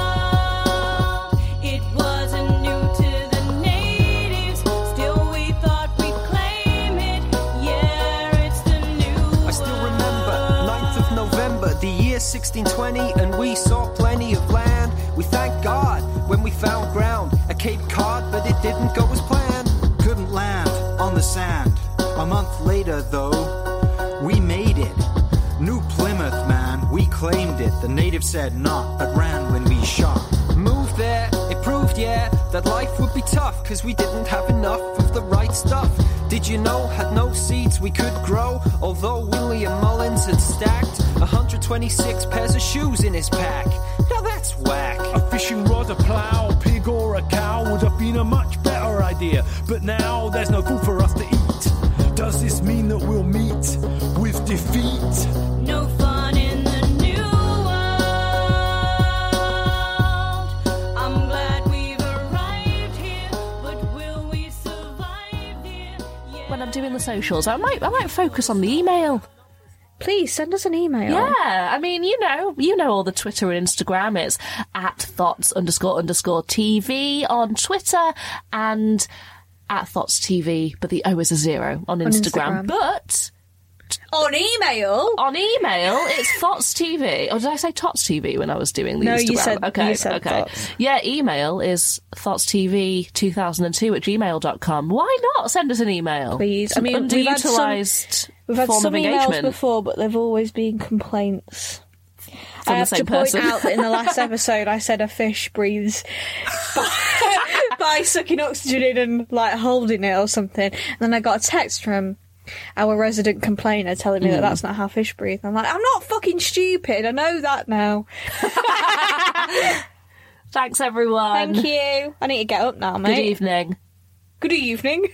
Speaker 22: world. It wasn't new to the natives. Still, we thought we'd claim it. Yeah, it's the new
Speaker 12: I still remember 9th of November, the year 1620, and we saw plenty of land. We thanked God when we found ground at Cape Cod, but it didn't go as planned.
Speaker 6: Couldn't land on the sand. A month later, though, we made it. New Plymouth, man, we claimed it. The natives said not, but ran when we shot.
Speaker 12: Moved there, it proved, yeah, that life would be tough, cause we didn't have enough of the right stuff. Did you know, had no seeds we could grow, although William Mullins had stacked 126 pairs of shoes in his pack. Now that's whack.
Speaker 17: A fishing rod, a plough, pig or a cow would have been a much better idea. But now there's no food for us to eat. Does this mean that we'll meet with defeat?
Speaker 22: No fun in the new world. I'm glad we've arrived here, but will we survive here?
Speaker 1: When I'm doing the socials, I might I might focus on the email.
Speaker 2: Please send us an email.
Speaker 1: Yeah, I mean, you know, you know all the Twitter and Instagram. It's at thoughts underscore underscore TV on Twitter and at thoughts TV, but the O is a zero on
Speaker 2: On Instagram.
Speaker 1: Instagram. But
Speaker 2: on email,
Speaker 1: on email, it's thoughts TV. Or Oh, did I say tots TV when I was doing the
Speaker 2: No,
Speaker 1: Instagram?
Speaker 2: you said-
Speaker 1: okay,
Speaker 2: you said
Speaker 1: okay.
Speaker 2: Thoughts.
Speaker 1: Yeah, email is thoughts TV 2002 at gmail.com. Why not send us an email?
Speaker 2: Please,
Speaker 1: It's
Speaker 2: I
Speaker 1: an
Speaker 2: mean, we've had some-
Speaker 1: underutilized
Speaker 2: We've had
Speaker 1: form
Speaker 2: some
Speaker 1: of
Speaker 2: emails
Speaker 1: engagement.
Speaker 2: before, but they've always been complaints. I
Speaker 1: From the
Speaker 2: have
Speaker 1: same
Speaker 2: to point
Speaker 1: person.
Speaker 2: out that in the last episode, I said a fish breathes by, by sucking oxygen in and like holding it or something. And then I got a text from our resident complainer telling me that
Speaker 1: Mm.
Speaker 2: that's not how fish breathe. I'm like, I'm not fucking stupid. I know that now.
Speaker 1: Thanks, everyone. Um,
Speaker 2: Thank you. I need to get up now, mate.
Speaker 1: Good evening.
Speaker 2: Good evening.